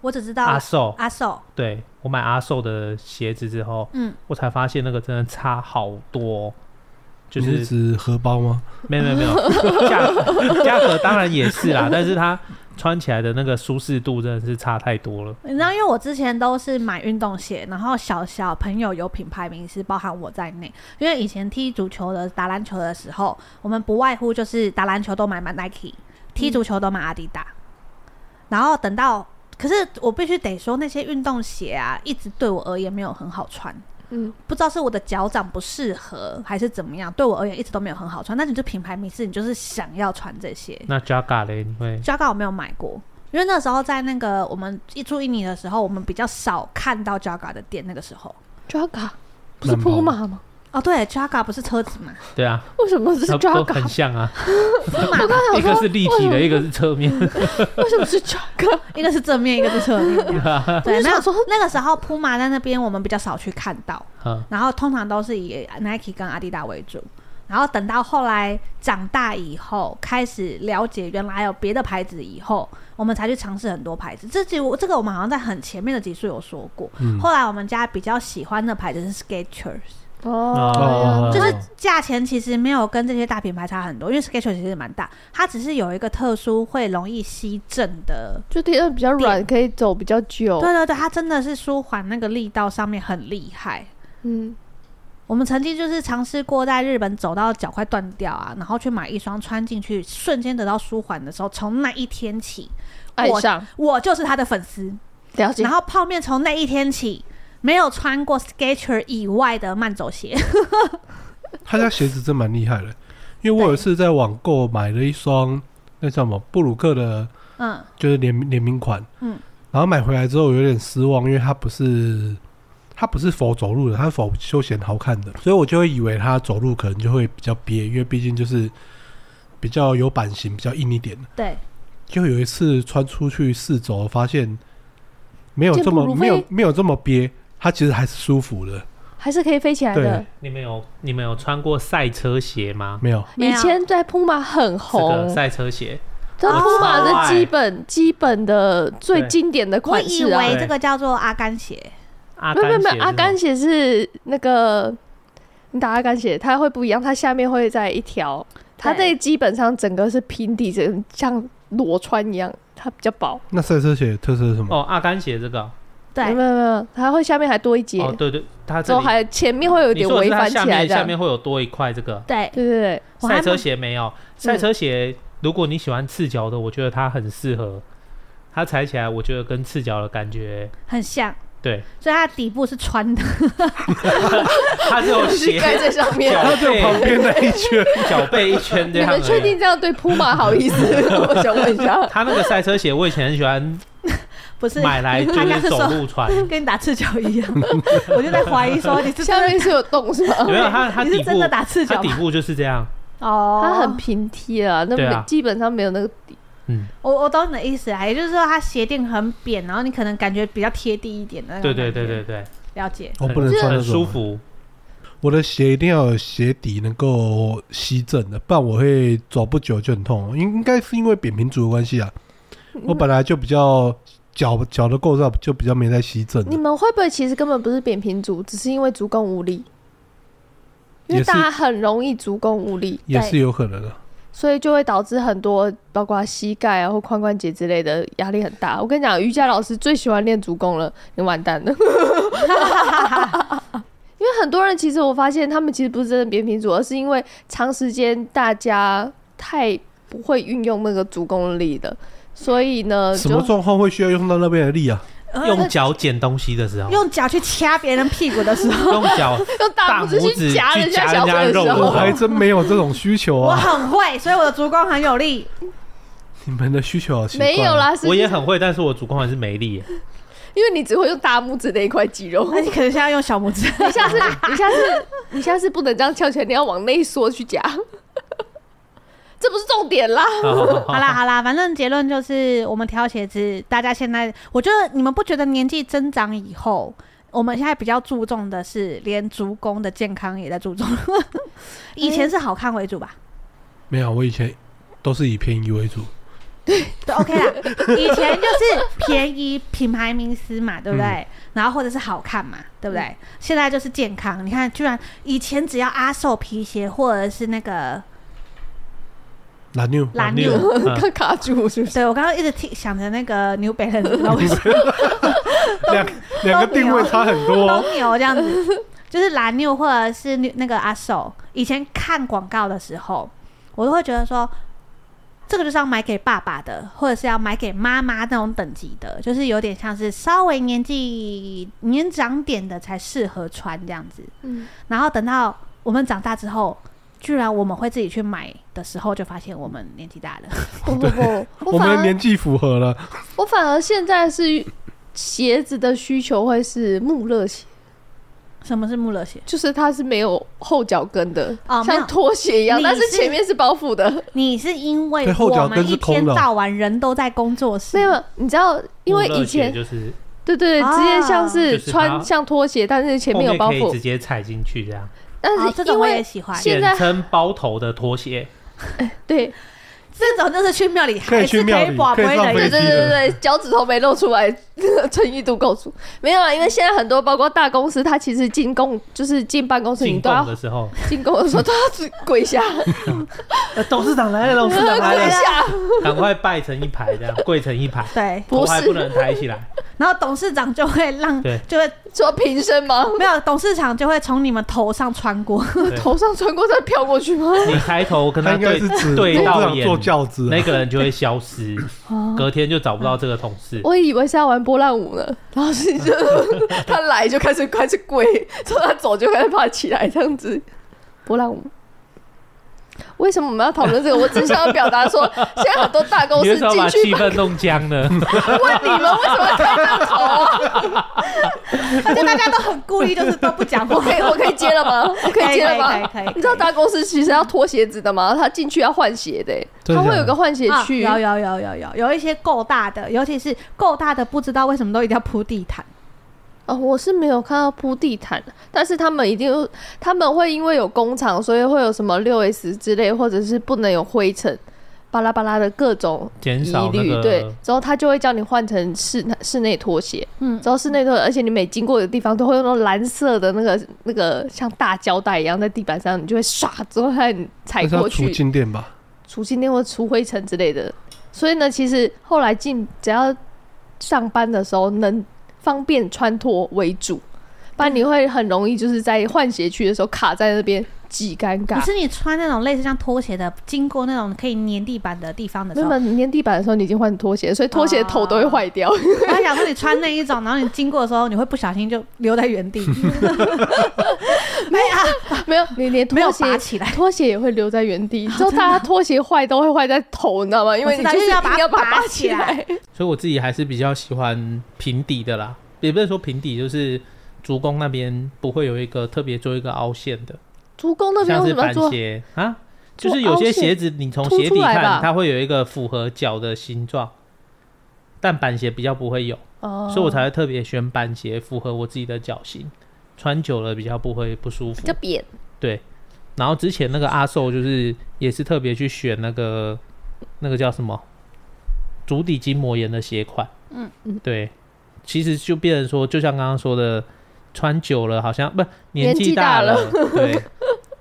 [SPEAKER 2] 我只知
[SPEAKER 4] 阿
[SPEAKER 2] 道
[SPEAKER 4] 寿，
[SPEAKER 2] 阿寿，
[SPEAKER 4] 对我买阿寿的鞋子之后，
[SPEAKER 2] 嗯，
[SPEAKER 4] 我才发现那个真的差好多，哦就
[SPEAKER 1] 你
[SPEAKER 4] 是
[SPEAKER 1] 指荷包吗？
[SPEAKER 4] 没有没有没 有，价格价格当然也是啦，但是它穿起来的那个舒适度真的是差太多了。
[SPEAKER 2] 你知道，因为我之前都是买运动鞋，然后小小朋友有品牌名是包含我在内。因为以前踢足球的、打篮球的时候，我们不外乎就是打篮球都买买 Nike，踢足球都买阿迪达。然后等到，可是我必须得说，那些运动鞋啊，一直对我而言没有很好穿。
[SPEAKER 3] 嗯，
[SPEAKER 2] 不知道是我的脚掌不适合，还是怎么样，对我而言一直都没有很好穿。但是你就品牌名是，你就是想要穿这些。
[SPEAKER 4] 那 Jaga 嘞，你会
[SPEAKER 2] Jaga 我没有买过，因为那时候在那个我们一住印尼的时候，我们比较少看到 Jaga 的店。那个时候，
[SPEAKER 3] 抓嘎不是波马吗？
[SPEAKER 2] 哦，对，Jaga 不是车子嘛，
[SPEAKER 4] 对啊，
[SPEAKER 3] 为什么是
[SPEAKER 4] 它
[SPEAKER 3] 抓
[SPEAKER 4] 都
[SPEAKER 3] 嘎？
[SPEAKER 4] 很 像啊，
[SPEAKER 2] 是马，
[SPEAKER 4] 一个是立体的，一个是侧面，
[SPEAKER 3] 为什么是抓嘎？
[SPEAKER 2] 一个是正面，一个是侧面这样。 对，
[SPEAKER 3] 我就
[SPEAKER 2] 那
[SPEAKER 3] 想说
[SPEAKER 2] 那个时候 Puma 在那边我们比较少去看到，
[SPEAKER 4] 嗯，
[SPEAKER 2] 然后通常都是以 Nike 跟 Adidas 为主。然后等到后来长大以后，开始了解原来还有别的牌子以后，我们才去尝试很多牌子。这集我这个我们好像在很前面的集数有说过。
[SPEAKER 1] 嗯，
[SPEAKER 2] 后来我们家比较喜欢的牌子是 Skechers。
[SPEAKER 4] 哦
[SPEAKER 2] 就是价钱其实没有跟这些大品牌差很多，因为 Skechers 其实蛮大，它只是有一个特殊会容易吸震的。
[SPEAKER 3] 就地上比较软，可以走比较久。
[SPEAKER 2] 对对对，它真的是舒缓那个力道上面很厉害。
[SPEAKER 3] 嗯，
[SPEAKER 2] 我们曾经就是尝试过在日本走到脚快断掉啊，然后去买一双穿进去，瞬间得到舒缓的时候，从那一天起，
[SPEAKER 3] 爱上
[SPEAKER 2] 我就是他的粉丝。
[SPEAKER 3] 了解
[SPEAKER 2] 然。后泡面从那一天起没有穿过 Skechers 以外的慢走鞋，
[SPEAKER 1] 他家鞋子真蛮厉害的，因为我有一次在网购买了一双那叫什么布鲁克的，
[SPEAKER 2] 嗯，
[SPEAKER 1] 就是联联名款，
[SPEAKER 2] 嗯，
[SPEAKER 1] 然后买回来之后我有点失望，因为它不是它不是否走路的，它是否休闲好看的，所以我就会以为它走路可能就会比较憋，因为毕竟就是比较有版型，比较硬一点。
[SPEAKER 2] 对，
[SPEAKER 1] 就有一次穿出去试走，发现没有这
[SPEAKER 3] 健步如
[SPEAKER 1] 么
[SPEAKER 3] 飞
[SPEAKER 1] 没有没有这么憋，它其实还是舒服的。
[SPEAKER 3] 还是可以飞起来的
[SPEAKER 1] 对。
[SPEAKER 4] 你们有你们有穿过赛车鞋吗？
[SPEAKER 1] 没有，
[SPEAKER 2] 没
[SPEAKER 3] 以
[SPEAKER 2] 有
[SPEAKER 3] 前在 Puma 很
[SPEAKER 4] 这个
[SPEAKER 3] 红，
[SPEAKER 4] 赛车鞋，
[SPEAKER 3] 这
[SPEAKER 2] 我
[SPEAKER 3] Puma
[SPEAKER 4] 超
[SPEAKER 3] 的
[SPEAKER 4] 爱
[SPEAKER 3] 基本基本的最
[SPEAKER 4] 对
[SPEAKER 3] 经典的
[SPEAKER 2] 我
[SPEAKER 3] 款
[SPEAKER 2] 以
[SPEAKER 3] 式啊。
[SPEAKER 2] 为这个叫做阿甘鞋。
[SPEAKER 4] 阿
[SPEAKER 3] 没有
[SPEAKER 4] 甘
[SPEAKER 3] 没
[SPEAKER 4] 鞋
[SPEAKER 3] 有没
[SPEAKER 4] 是吗，
[SPEAKER 3] 有，阿甘鞋是那个你打阿甘鞋，它会不一样，它下面会再一条，它
[SPEAKER 2] 对
[SPEAKER 3] 那基本上整个是平底，整像裸穿一样，它比较薄。
[SPEAKER 1] 那赛车鞋的特色是什么？
[SPEAKER 4] 哦，阿甘鞋这个哦
[SPEAKER 2] 对
[SPEAKER 3] 没有，没有没有，它会下面还多一节，
[SPEAKER 4] 哦，对对，它
[SPEAKER 3] 之
[SPEAKER 4] 这
[SPEAKER 3] 后
[SPEAKER 4] 里
[SPEAKER 3] 还有前面会有
[SPEAKER 4] 你
[SPEAKER 3] 点
[SPEAKER 4] 说的
[SPEAKER 3] 微
[SPEAKER 4] 是它
[SPEAKER 3] 翻
[SPEAKER 4] 下
[SPEAKER 3] 起来
[SPEAKER 4] 面
[SPEAKER 3] 这
[SPEAKER 4] 下
[SPEAKER 3] 样。
[SPEAKER 4] 面会有多一块这个
[SPEAKER 2] 对，
[SPEAKER 3] 对对对，
[SPEAKER 2] 我还
[SPEAKER 4] 赛车
[SPEAKER 2] 蛮
[SPEAKER 4] 鞋没有，赛车鞋如果你喜欢赤脚的，我觉得它很适合，它踩起来我觉得跟赤脚的感觉
[SPEAKER 2] 很像，
[SPEAKER 4] 对，
[SPEAKER 2] 所以它的底部是穿的，
[SPEAKER 4] 它只有鞋
[SPEAKER 3] 盖在 上面。
[SPEAKER 4] 脚
[SPEAKER 1] 它就旁
[SPEAKER 4] 背
[SPEAKER 1] 边那一 圈，
[SPEAKER 4] 脚背一圈这
[SPEAKER 3] 你
[SPEAKER 4] 样而
[SPEAKER 3] 们
[SPEAKER 4] 已。
[SPEAKER 3] 确定这样对 Puma 好意思？ 我想问一 下，
[SPEAKER 4] 他那个赛车鞋，我以前很喜欢
[SPEAKER 2] 不是
[SPEAKER 4] 买 来就
[SPEAKER 2] 他刚
[SPEAKER 4] 是
[SPEAKER 2] 是
[SPEAKER 4] 走
[SPEAKER 2] 说
[SPEAKER 4] 路穿，
[SPEAKER 2] 跟你打赤脚一样， 我就在怀疑说你是
[SPEAKER 3] 下
[SPEAKER 2] 真
[SPEAKER 3] 面是有洞是吗？
[SPEAKER 4] 没 有它它
[SPEAKER 2] 的你
[SPEAKER 4] 底
[SPEAKER 2] 是
[SPEAKER 4] 部
[SPEAKER 2] 真的打赤
[SPEAKER 4] 它
[SPEAKER 2] 脚
[SPEAKER 4] 底
[SPEAKER 2] 吗？
[SPEAKER 4] 部就是这样，
[SPEAKER 2] 哦，
[SPEAKER 3] 它很平贴啊，那
[SPEAKER 4] 对啊
[SPEAKER 3] 没基本上没有那个底。
[SPEAKER 2] 我我懂你的意思啊，也就是说它鞋垫很扁，然后你可能感觉比较贴地一点的，
[SPEAKER 4] 对对对对，对，
[SPEAKER 2] 了解。
[SPEAKER 1] 我
[SPEAKER 4] 很
[SPEAKER 1] 哦不能穿那
[SPEAKER 4] 很
[SPEAKER 1] 种
[SPEAKER 4] 舒。服。
[SPEAKER 1] 我的鞋一定要有鞋底能够吸震的，不然我会走不久就很痛。应应该是因为扁平足的关系啊，
[SPEAKER 3] 嗯
[SPEAKER 1] 我本来就比较脚脚的构造就比较没在吸震
[SPEAKER 3] 你
[SPEAKER 1] 的，
[SPEAKER 3] 们会不会其实根本不是扁平足，只是因为足弓无力？因为
[SPEAKER 1] 也是
[SPEAKER 3] 大家很容易足弓无力，
[SPEAKER 1] 也是有可能的。
[SPEAKER 3] 所以就会导致很多，包括膝盖啊或髋关节之类的压力很大。我跟你讲，瑜伽老师最喜欢练足弓了，你完蛋了。 因为很多人其实我发现，他们其实不是真的扁平足，而是因为长时间大家太不会运用那个足弓力了，所以呢，
[SPEAKER 1] 什
[SPEAKER 3] 呃就
[SPEAKER 1] 么状况会需要用到那边的力 啊？
[SPEAKER 4] 用脚捡东西的时候，
[SPEAKER 2] 呃用脚去掐别人屁股的时 候，
[SPEAKER 4] 用脚
[SPEAKER 3] 用大
[SPEAKER 4] 大
[SPEAKER 3] 拇指
[SPEAKER 4] 拇
[SPEAKER 3] 去
[SPEAKER 4] 指
[SPEAKER 3] 夹人
[SPEAKER 4] 去
[SPEAKER 3] 家
[SPEAKER 4] 夹
[SPEAKER 3] 小腿
[SPEAKER 4] 人家
[SPEAKER 3] 的
[SPEAKER 4] 肉
[SPEAKER 3] 时
[SPEAKER 1] 我
[SPEAKER 3] 候
[SPEAKER 4] 哦，
[SPEAKER 1] 还真没有这种需求
[SPEAKER 2] 我
[SPEAKER 1] 啊！
[SPEAKER 2] 很会，所以我的足弓很有力。
[SPEAKER 1] 你们的需求好奇怪、
[SPEAKER 3] 没有，啦，实际
[SPEAKER 4] 我也很会，但是我主攻还是没力耶。
[SPEAKER 3] 因为你只会用大拇指那一块肌肉。
[SPEAKER 2] 那你可能现在用小拇指，
[SPEAKER 3] 你下次， 你下次，你下次不能这样翘起来，你要往内缩去夹。 这不是重点啦，
[SPEAKER 4] 好好好
[SPEAKER 2] 好啦好啦，反正结论就是，我们挑鞋子，大家现在我觉得你们不觉得年纪增长以后，我们现在比较注重的是连足弓的健康也在注重， 以前是好看为主吧？
[SPEAKER 1] 没有，我以前都是以便宜为主。
[SPEAKER 2] 对，OK 啦，以前就是便宜品牌名师嘛，对不对？然后或者是好看嘛，对不对？现在就是健康，你看，居然以前只要阿寿皮鞋或者是那个
[SPEAKER 1] 蓝妞，
[SPEAKER 2] 蓝
[SPEAKER 4] 妞
[SPEAKER 2] 妞，
[SPEAKER 4] 嗯
[SPEAKER 3] 刚卡 住是不是？
[SPEAKER 2] 对我刚刚一直听想着那个 New Balance，不知道为什么。
[SPEAKER 1] 两两个定位差很多哦。
[SPEAKER 2] 公牛这样子，就是蓝妞或者是那个阿寿。以前看广告的时候，我都会觉得说，这个就是要买给爸爸的，或者是要买给妈妈那种等级的，就是有点像是稍微年纪年长点的才适合穿这样子。
[SPEAKER 3] 嗯
[SPEAKER 2] 然后等到我们长大之后。居然我们会自己去买的时候，就发现我们年纪大了。
[SPEAKER 3] 不不 不，
[SPEAKER 1] 我
[SPEAKER 3] 反
[SPEAKER 1] 们的
[SPEAKER 3] 而
[SPEAKER 1] 年纪符合了，
[SPEAKER 3] 我反而现在是鞋子的需求会是穆勒鞋，
[SPEAKER 2] 什么是穆勒鞋？
[SPEAKER 3] 就是它是没有后脚跟的，
[SPEAKER 2] 哦没有
[SPEAKER 3] 像拖鞋一样，
[SPEAKER 2] 你
[SPEAKER 3] 但是
[SPEAKER 2] 是
[SPEAKER 3] 前面是包覆的。
[SPEAKER 2] 你是因为
[SPEAKER 1] 对后脚
[SPEAKER 2] 我
[SPEAKER 1] 跟
[SPEAKER 2] 们
[SPEAKER 1] 是
[SPEAKER 2] 一天
[SPEAKER 1] 空的
[SPEAKER 2] 到晚人都在工作室，
[SPEAKER 3] 没有，你知道，因为
[SPEAKER 4] 穆勒
[SPEAKER 3] 以前
[SPEAKER 4] 鞋就是
[SPEAKER 3] 对对对，直接像是
[SPEAKER 4] 就是
[SPEAKER 3] 穿
[SPEAKER 4] 它
[SPEAKER 3] 像拖鞋，但是前面有包
[SPEAKER 4] 后面可以
[SPEAKER 3] 覆
[SPEAKER 4] 直，接踩进去这样，
[SPEAKER 3] 但
[SPEAKER 2] 哦，
[SPEAKER 3] 是
[SPEAKER 2] 这种
[SPEAKER 3] 因
[SPEAKER 2] 我也
[SPEAKER 3] 为
[SPEAKER 2] 喜欢。
[SPEAKER 3] 现
[SPEAKER 4] 简
[SPEAKER 3] 在
[SPEAKER 4] 称包头的拖鞋，
[SPEAKER 3] 对
[SPEAKER 2] 这种就是去庙里
[SPEAKER 1] 可以
[SPEAKER 2] 还
[SPEAKER 1] 去
[SPEAKER 2] 是
[SPEAKER 1] 庙里
[SPEAKER 2] 以保
[SPEAKER 1] 可以
[SPEAKER 2] 不会
[SPEAKER 1] 上
[SPEAKER 2] 的
[SPEAKER 1] 飞
[SPEAKER 3] 哎对
[SPEAKER 1] 机
[SPEAKER 3] 对对对，脚趾头没露出来，诚意度够足。没有啊，因为现在很多包括大公司，它其实进贡就是进办公室，你
[SPEAKER 4] 进
[SPEAKER 3] 都
[SPEAKER 4] 贡
[SPEAKER 3] 要
[SPEAKER 4] 的时候，
[SPEAKER 3] 进贡的时候都要跪 下，
[SPEAKER 4] 呃董事长 来了，董事长来
[SPEAKER 3] 跪
[SPEAKER 4] 了，
[SPEAKER 3] 下，
[SPEAKER 4] 赶快拜成一排这样，跪成一排，
[SPEAKER 2] 对，
[SPEAKER 3] 不
[SPEAKER 4] 头还
[SPEAKER 3] 是
[SPEAKER 4] 不能抬起来，
[SPEAKER 2] 然后董事长就会让，
[SPEAKER 4] 对
[SPEAKER 2] 就会
[SPEAKER 3] 说平身吗？
[SPEAKER 2] 没有董事长就会从你们头上穿过，
[SPEAKER 4] 对
[SPEAKER 3] 头上穿过再飘过去吗？
[SPEAKER 4] 你抬头跟
[SPEAKER 1] 他
[SPEAKER 4] 他
[SPEAKER 1] 应该
[SPEAKER 4] 对
[SPEAKER 1] 是指
[SPEAKER 4] 对
[SPEAKER 1] 董事
[SPEAKER 4] 到
[SPEAKER 1] 长
[SPEAKER 4] 眼，
[SPEAKER 1] 坐轿子啊，
[SPEAKER 4] 那个人就会消 失，
[SPEAKER 3] 哦
[SPEAKER 4] 隔天就找不到这个同事。
[SPEAKER 3] 我以为是要玩波浪舞呢，然后是就他来就开始开始跪，从他走就开始爬起来这样子，波浪舞。为什么我们要讨论这个？我只想要表达 说，现在很多大公
[SPEAKER 4] 你
[SPEAKER 3] 司
[SPEAKER 4] 为什么要把
[SPEAKER 3] 进去
[SPEAKER 4] 气氛弄僵 呢？
[SPEAKER 3] 问你们为什么要开大头啊？
[SPEAKER 2] 而且大家都很故意，就是都不讲
[SPEAKER 3] 我
[SPEAKER 2] 话
[SPEAKER 3] 可。以我可以接 了吗？我可以接了
[SPEAKER 2] 可以
[SPEAKER 3] 吗
[SPEAKER 2] 可以可以？
[SPEAKER 3] 你知道大公司其实要脱鞋子的吗？他进去要换鞋的欸，
[SPEAKER 1] 真
[SPEAKER 3] 他
[SPEAKER 1] 的假的
[SPEAKER 3] 会有个换鞋
[SPEAKER 2] 啊
[SPEAKER 3] 区。
[SPEAKER 2] 有有有有有有一些够大的，尤其是够大的，不知道为什么都一定要铺地毯。
[SPEAKER 3] 哦，我是没有看到铺地毯，但是他们一定有，他们会因为有工厂，所以会有什么六 S 之类，或者是不能有灰尘，巴拉巴拉的各种
[SPEAKER 4] 减
[SPEAKER 3] 疑
[SPEAKER 4] 少那
[SPEAKER 3] 虑。对
[SPEAKER 4] 个，
[SPEAKER 3] 之后他就会叫你换成室室内拖鞋，
[SPEAKER 2] 嗯，
[SPEAKER 3] 之后室内拖，而且你每经过的地方都会用那种蓝色的那个那个像大胶带一样在地板上，你就会唰之后看你踩
[SPEAKER 1] 那是
[SPEAKER 3] 过
[SPEAKER 1] 要出
[SPEAKER 3] 去，
[SPEAKER 1] 金店吧？
[SPEAKER 3] 除静电或除灰尘之类的。所以呢，其实后来进只要上班的时候能方便穿脱为主，不然你会很容易就是在换鞋区的时候卡在那边，极尴
[SPEAKER 2] 可
[SPEAKER 3] 尬。
[SPEAKER 2] 是你穿那种类似像拖鞋的，经过那种可以粘地板的地方的
[SPEAKER 3] 没
[SPEAKER 2] 时
[SPEAKER 3] 有，
[SPEAKER 2] 候，
[SPEAKER 3] 你粘地板的时候你已经换拖鞋，所以拖鞋头都会坏掉。
[SPEAKER 2] 我还想说你穿那一种，然后你经过的时候，你会不小心就留在原地，没有啊
[SPEAKER 3] 没有，你连
[SPEAKER 2] 没有
[SPEAKER 3] 拖鞋
[SPEAKER 2] 拔起来，
[SPEAKER 3] 拖鞋也会留在原地。之后大家拖鞋坏都会坏在头，你知道吗？因为你
[SPEAKER 2] 我知道
[SPEAKER 3] 哦就
[SPEAKER 2] 就是是要
[SPEAKER 3] 一定
[SPEAKER 2] 把它
[SPEAKER 3] 要把它
[SPEAKER 2] 拔
[SPEAKER 3] 拔
[SPEAKER 2] 起
[SPEAKER 3] 起
[SPEAKER 2] 来
[SPEAKER 3] 来。
[SPEAKER 4] 所以我自己还是比较喜欢平底的啦，也不是说平底，就是足弓那边不会有一个特别做一个凹陷的，
[SPEAKER 3] 足弓那边
[SPEAKER 4] 像
[SPEAKER 3] 为
[SPEAKER 4] 是
[SPEAKER 3] 什么要
[SPEAKER 4] 板
[SPEAKER 3] 做？
[SPEAKER 4] 鞋啊，
[SPEAKER 3] 做
[SPEAKER 4] 就是有
[SPEAKER 3] 凹
[SPEAKER 4] 些
[SPEAKER 3] 陷
[SPEAKER 4] 鞋子你从
[SPEAKER 3] 凸
[SPEAKER 4] 鞋
[SPEAKER 3] 出
[SPEAKER 4] 底
[SPEAKER 3] 来吧
[SPEAKER 4] 看，它会有一个符合脚的形状，但板鞋比较不会有，
[SPEAKER 3] 哦
[SPEAKER 4] 所以我才会特别选板鞋，符合我自己的脚型，穿久了比较不会不舒服
[SPEAKER 3] 比。较扁。
[SPEAKER 4] 对，然后之前那个阿寿就是也是特别去选那个那个叫什么足底筋膜炎的鞋款，
[SPEAKER 2] 嗯
[SPEAKER 3] 嗯
[SPEAKER 4] 对，其实就变成说，就像刚刚说的，穿久了好像不
[SPEAKER 3] 年纪
[SPEAKER 4] 纪
[SPEAKER 3] 大
[SPEAKER 4] 了，对，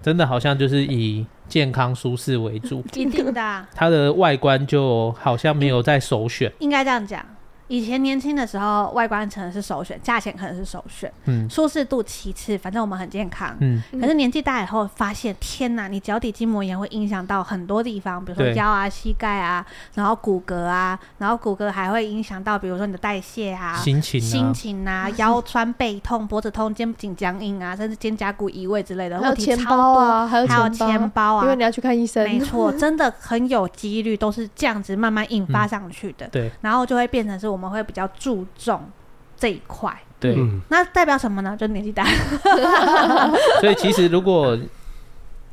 [SPEAKER 4] 真的好像就是以健康舒适为主，
[SPEAKER 2] 一定的啊、
[SPEAKER 4] 它的外观就好像没有在首选，
[SPEAKER 2] 应该这样讲。以前年轻的时候，外观可能是首选，价钱可能是首选，
[SPEAKER 4] 嗯
[SPEAKER 2] 舒适度其次，反正我们很健康。
[SPEAKER 4] 嗯，
[SPEAKER 3] 嗯
[SPEAKER 2] 可是年纪大以后，发现天哪，你脚底筋膜炎会影响到很多地方，比如说
[SPEAKER 4] 对
[SPEAKER 2] 腰啊、膝盖啊，然后骨骼啊，然后骨骼还会影响到，比如说你的代谢啊、
[SPEAKER 4] 心情
[SPEAKER 2] 心
[SPEAKER 4] 啊，
[SPEAKER 2] 情 啊、腰酸背痛、脖子痛、肩颈僵硬啊，甚至肩胛骨移位之类的
[SPEAKER 3] 还有
[SPEAKER 2] 问题
[SPEAKER 3] 钱
[SPEAKER 2] 超
[SPEAKER 3] 包
[SPEAKER 2] 多。
[SPEAKER 3] 啊，还有
[SPEAKER 2] 还有
[SPEAKER 3] 钱
[SPEAKER 2] 钱包啊，
[SPEAKER 3] 因为你要去看医生。
[SPEAKER 2] 没错， 嗯真的很有几率都是这样子慢慢引发上去的。
[SPEAKER 4] 对，
[SPEAKER 2] 然后就会变成是我们会比较注重这一块。
[SPEAKER 4] 对，
[SPEAKER 1] 嗯，
[SPEAKER 2] 那代表什么呢？就是年纪大，
[SPEAKER 4] 所以其实如果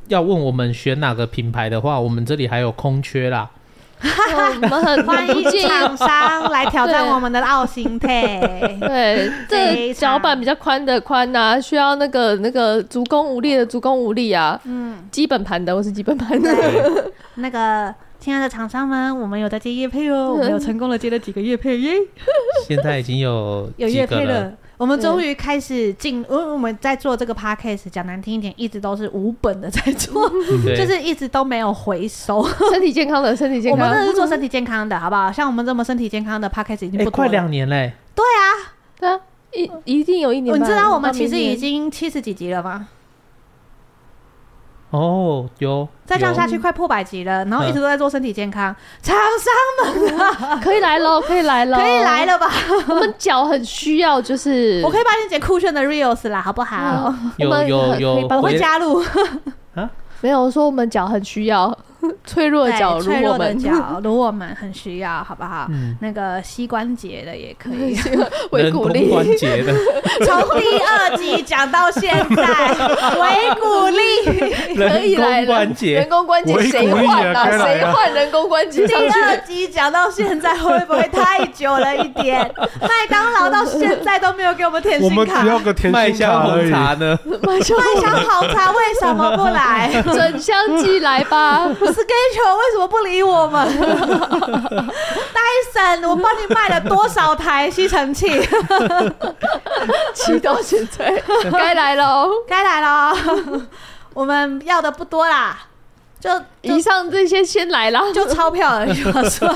[SPEAKER 4] 要问我们选哪个品牌的话，我们这里还有空缺啦。
[SPEAKER 3] 我们很
[SPEAKER 2] 欢
[SPEAKER 3] 不
[SPEAKER 2] 迎
[SPEAKER 3] 建议。
[SPEAKER 2] 厂商来挑战
[SPEAKER 3] 对。
[SPEAKER 2] 我们的奥心配
[SPEAKER 3] 对，这
[SPEAKER 2] 非常
[SPEAKER 3] 脚板比较宽的宽呐、需要那个那个足弓无力的足弓无力啊，
[SPEAKER 2] 嗯，
[SPEAKER 3] 基本盘的我是基本 盘的，
[SPEAKER 4] 对，
[SPEAKER 2] 那个亲爱的厂商们，我们有在接叶配哦，我们有成功的接了几个叶配耶，
[SPEAKER 4] 现在已经有
[SPEAKER 2] 有
[SPEAKER 4] 几
[SPEAKER 2] 叶
[SPEAKER 4] 个
[SPEAKER 2] 配
[SPEAKER 4] 了，
[SPEAKER 2] 了。我们终于开始进，因为我们在做这个 podcast，讲难听一点，一直都是无本的在做，
[SPEAKER 4] 对，
[SPEAKER 2] 就是一直都没有回收。
[SPEAKER 3] 身体健康的身体健
[SPEAKER 2] 我们
[SPEAKER 3] 康
[SPEAKER 2] 真，的是做身体健康的，好不好？像我们这么身体健康的 podcast 已经不
[SPEAKER 4] 哎
[SPEAKER 2] 多
[SPEAKER 4] 快
[SPEAKER 2] 了。
[SPEAKER 4] 两年嘞、
[SPEAKER 3] 对啊，一一定有一年
[SPEAKER 2] 你
[SPEAKER 3] 半。
[SPEAKER 2] 知道我们其实
[SPEAKER 3] 明年
[SPEAKER 2] 已经七十几集了吗？
[SPEAKER 4] 哦，有。
[SPEAKER 2] 再这样
[SPEAKER 4] 有
[SPEAKER 2] 下去快破百集了，
[SPEAKER 4] 嗯
[SPEAKER 2] 然后一直都在做身体健康，厂商
[SPEAKER 3] 可以 来喽，可以来喽，
[SPEAKER 2] 可以来。了吧？
[SPEAKER 3] 我们脚很需要，就是啊
[SPEAKER 2] 我可以帮你剪酷炫的 reels 啦，好不
[SPEAKER 4] 嗯
[SPEAKER 2] 好？
[SPEAKER 3] 我们
[SPEAKER 4] 有有
[SPEAKER 3] 可以
[SPEAKER 4] 有
[SPEAKER 3] 帮
[SPEAKER 2] 我会
[SPEAKER 4] 回
[SPEAKER 2] 加入
[SPEAKER 3] 没有我说我们脚很需要脆弱的脚，
[SPEAKER 2] 对
[SPEAKER 3] 如
[SPEAKER 2] 哎脆
[SPEAKER 3] 我
[SPEAKER 2] 弱的
[SPEAKER 3] 们
[SPEAKER 2] 脚，如我们很需要，好不好？
[SPEAKER 4] 嗯，
[SPEAKER 2] 那个膝关节的也可 以，
[SPEAKER 3] 维
[SPEAKER 4] 人
[SPEAKER 3] 骨
[SPEAKER 4] 工
[SPEAKER 3] 力，
[SPEAKER 4] 关节的
[SPEAKER 2] 从第二集讲到现在， 维骨力。
[SPEAKER 3] 可以
[SPEAKER 4] 人
[SPEAKER 3] 来了
[SPEAKER 4] 工关节
[SPEAKER 3] 人，工关节
[SPEAKER 1] 维骨
[SPEAKER 3] 谁
[SPEAKER 1] 力啊
[SPEAKER 3] 换啊？
[SPEAKER 1] 该来
[SPEAKER 3] 谁
[SPEAKER 1] 啊
[SPEAKER 3] 换人工关节
[SPEAKER 2] 第
[SPEAKER 3] 上去？
[SPEAKER 2] 二集讲到现在会不会太久了一点？麦当劳到现在都没有给我们甜
[SPEAKER 1] 我
[SPEAKER 2] 心
[SPEAKER 1] 们
[SPEAKER 2] 卡
[SPEAKER 1] 只，要个甜
[SPEAKER 4] 麦
[SPEAKER 1] 心
[SPEAKER 4] 香
[SPEAKER 1] 卡而
[SPEAKER 4] 红
[SPEAKER 1] 已。
[SPEAKER 4] 茶呢？
[SPEAKER 3] 麦香
[SPEAKER 2] 麦香红茶为什么不来
[SPEAKER 3] 整箱寄来吧，
[SPEAKER 2] ？Schedule 为什么不理我们 ？Dyson，我帮你卖了多少台吸尘器？
[SPEAKER 3] 寄到现 在，该来喽。
[SPEAKER 2] 该来了，哦我们要的不多啦，就
[SPEAKER 3] 以
[SPEAKER 2] 就
[SPEAKER 3] 上这些先来啦，
[SPEAKER 2] 就钞票而已。我说，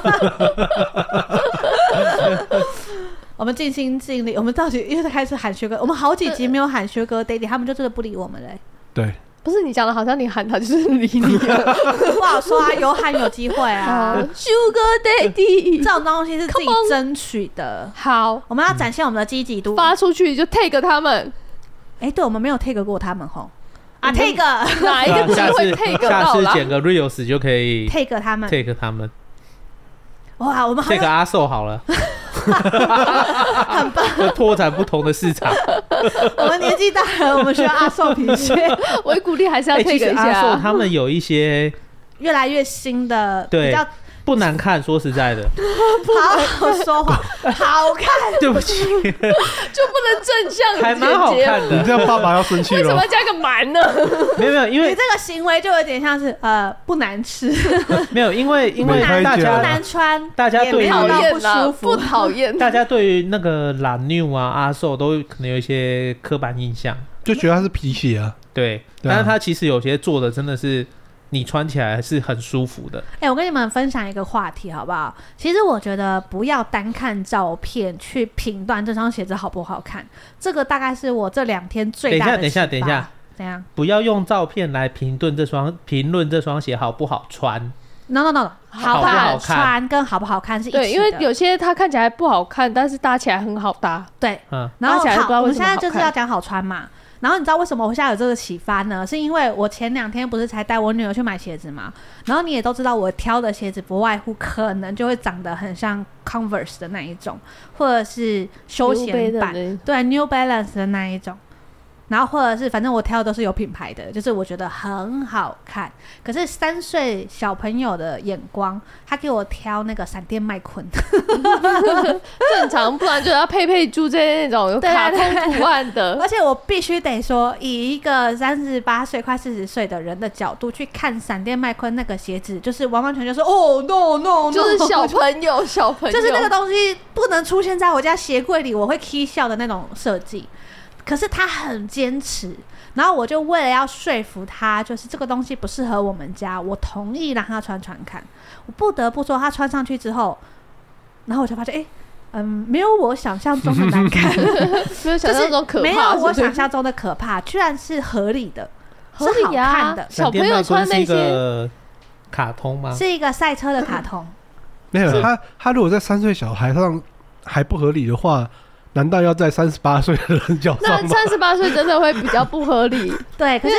[SPEAKER 2] 我们尽心尽力。我们到底因为开始喊薛哥，我们好几集没有喊薛哥 Daddy，他们就真的不理我们嘞、
[SPEAKER 1] 对，
[SPEAKER 3] 不是你讲的，好像你喊他就是理你了。
[SPEAKER 2] 不好说啊，有喊有机会啊。
[SPEAKER 3] 哦 Sugar
[SPEAKER 2] 这
[SPEAKER 3] Daddy，
[SPEAKER 2] 种东西是自己
[SPEAKER 3] Come on
[SPEAKER 2] 争取的。
[SPEAKER 3] 好，
[SPEAKER 2] 我们要展现我们的积极度。
[SPEAKER 3] 发出去就 take 他们，
[SPEAKER 2] 哎、对，我们没有 take 过他们吼，啊
[SPEAKER 3] 我们
[SPEAKER 2] ，take
[SPEAKER 3] 哪一个机
[SPEAKER 4] 下
[SPEAKER 3] 会
[SPEAKER 4] 次
[SPEAKER 3] take
[SPEAKER 4] 下
[SPEAKER 3] 到
[SPEAKER 4] 次
[SPEAKER 3] 啦？
[SPEAKER 4] 剪个 reels 就可 以
[SPEAKER 2] take 他们，
[SPEAKER 4] take 他们
[SPEAKER 2] 哇，我们好
[SPEAKER 4] ，take
[SPEAKER 2] 像
[SPEAKER 4] 阿寿好了，
[SPEAKER 2] 很棒。
[SPEAKER 4] 就拓展不同的市场。
[SPEAKER 2] 我们年纪大了，我们需要阿寿皮屑，
[SPEAKER 3] 维骨力还是要
[SPEAKER 4] 哎，
[SPEAKER 3] take
[SPEAKER 4] 其实
[SPEAKER 3] 一
[SPEAKER 4] 阿寿
[SPEAKER 3] 下。啊
[SPEAKER 4] 他们有一些
[SPEAKER 2] 越来越新的，
[SPEAKER 4] 对
[SPEAKER 2] 比较
[SPEAKER 4] 不难看，说实在的，
[SPEAKER 2] 好好说话，好看。
[SPEAKER 4] 对不起，
[SPEAKER 3] 就不能正向
[SPEAKER 4] 还蛮好
[SPEAKER 3] 剪接啊
[SPEAKER 4] 看
[SPEAKER 1] 你
[SPEAKER 4] 的。
[SPEAKER 1] 这样爸爸要生气
[SPEAKER 3] 为什么
[SPEAKER 1] 了
[SPEAKER 3] 要。加个蛮呢？
[SPEAKER 4] 没有没有，因
[SPEAKER 2] 你
[SPEAKER 4] 为
[SPEAKER 2] 这个行为就有点像是呃不难吃，
[SPEAKER 4] 没有因为因为
[SPEAKER 1] 没开
[SPEAKER 4] 大
[SPEAKER 1] 价
[SPEAKER 2] 不
[SPEAKER 1] 啊
[SPEAKER 4] 家
[SPEAKER 2] 难穿，
[SPEAKER 4] 大家
[SPEAKER 2] 也
[SPEAKER 4] 对
[SPEAKER 2] 没
[SPEAKER 4] 于
[SPEAKER 2] 有
[SPEAKER 3] 讨
[SPEAKER 2] 到不
[SPEAKER 3] 厌啦，
[SPEAKER 2] 舒服
[SPEAKER 3] 不。讨厌。啊
[SPEAKER 4] 大家对于那个懒妞啊、阿寿都可能有一些刻板印象。
[SPEAKER 1] 就觉得他是皮鞋啊，
[SPEAKER 4] 对，
[SPEAKER 1] 对啊
[SPEAKER 4] 但是它其实有些做的真的是你穿起来是很舒服的。
[SPEAKER 2] 哎、我跟你们分享一个话题好不好？其实我觉得不要单看照片去评断这双鞋子好不好看，这个大概是我这两天最大的
[SPEAKER 4] 等一下
[SPEAKER 2] 启
[SPEAKER 4] 等一下
[SPEAKER 2] 发
[SPEAKER 4] 等一下，
[SPEAKER 2] 怎样
[SPEAKER 4] 不要用照片来评论这双评论这双鞋好不好穿。
[SPEAKER 2] ？No No No，好
[SPEAKER 4] 好不好看
[SPEAKER 2] 穿跟好不好看是一起的。
[SPEAKER 3] 对，因为有些它看起来不好看，但是搭起来很好搭。
[SPEAKER 2] 对，
[SPEAKER 4] 嗯，
[SPEAKER 2] 然后
[SPEAKER 3] 搭起来不知道
[SPEAKER 2] 我
[SPEAKER 3] 为
[SPEAKER 2] 们
[SPEAKER 3] 什
[SPEAKER 2] 现在
[SPEAKER 3] 么好
[SPEAKER 2] 就是
[SPEAKER 3] 看
[SPEAKER 2] 要讲好穿嘛。然后你知道为什么我现在有这个启发呢？是因为我前两天不是才带我女儿去买鞋子嘛，然后你也都知道我挑的鞋子不外乎可能就会长得很像 Converse 的那一种，或者是休闲版，对 New Balance 的那一种，然后或者是反正我挑的都是有品牌的，就是我觉得很好看。可是三岁小朋友的眼光，他给我挑那个闪电麦昆，
[SPEAKER 3] 正常，不然就要配配猪这些那种 有
[SPEAKER 2] 对
[SPEAKER 3] 卡
[SPEAKER 2] 啊
[SPEAKER 3] 通图案的。
[SPEAKER 2] 而且我必须得说，以一个三十八岁快四十岁的人的角度去看闪电麦昆那个鞋子，就是完完全全说哦 no no no，
[SPEAKER 3] 就是小朋友，小朋友
[SPEAKER 2] 就是那个东西不能出现在我家鞋柜里，我会 k 笑的那种设计。可是他很坚持，然后我就为了要说服他，就是这个东西不适合我们家，我同意让他穿穿看。我不得不说，他穿上去之后，然后我就发现，诶，嗯，没有我想象中的难看，
[SPEAKER 3] 没有想象中可怕，
[SPEAKER 2] 没有我
[SPEAKER 3] 是不是
[SPEAKER 2] 想象中的可怕，居然是合理的，
[SPEAKER 3] 合理
[SPEAKER 2] 是好
[SPEAKER 3] 啊
[SPEAKER 2] 看的
[SPEAKER 3] 小朋友穿
[SPEAKER 4] 闪
[SPEAKER 3] 那
[SPEAKER 4] 电麦昆是一
[SPEAKER 3] 些，
[SPEAKER 4] 个卡通吗？
[SPEAKER 2] 是一个赛车的卡 通。
[SPEAKER 1] 没有
[SPEAKER 4] 是
[SPEAKER 1] 他，他如果在三岁小孩上还不合理的话，难道要在三十八岁的人脚
[SPEAKER 3] 那
[SPEAKER 1] 上吗？
[SPEAKER 3] 三十八岁真的会比较不合理。
[SPEAKER 2] 对，可是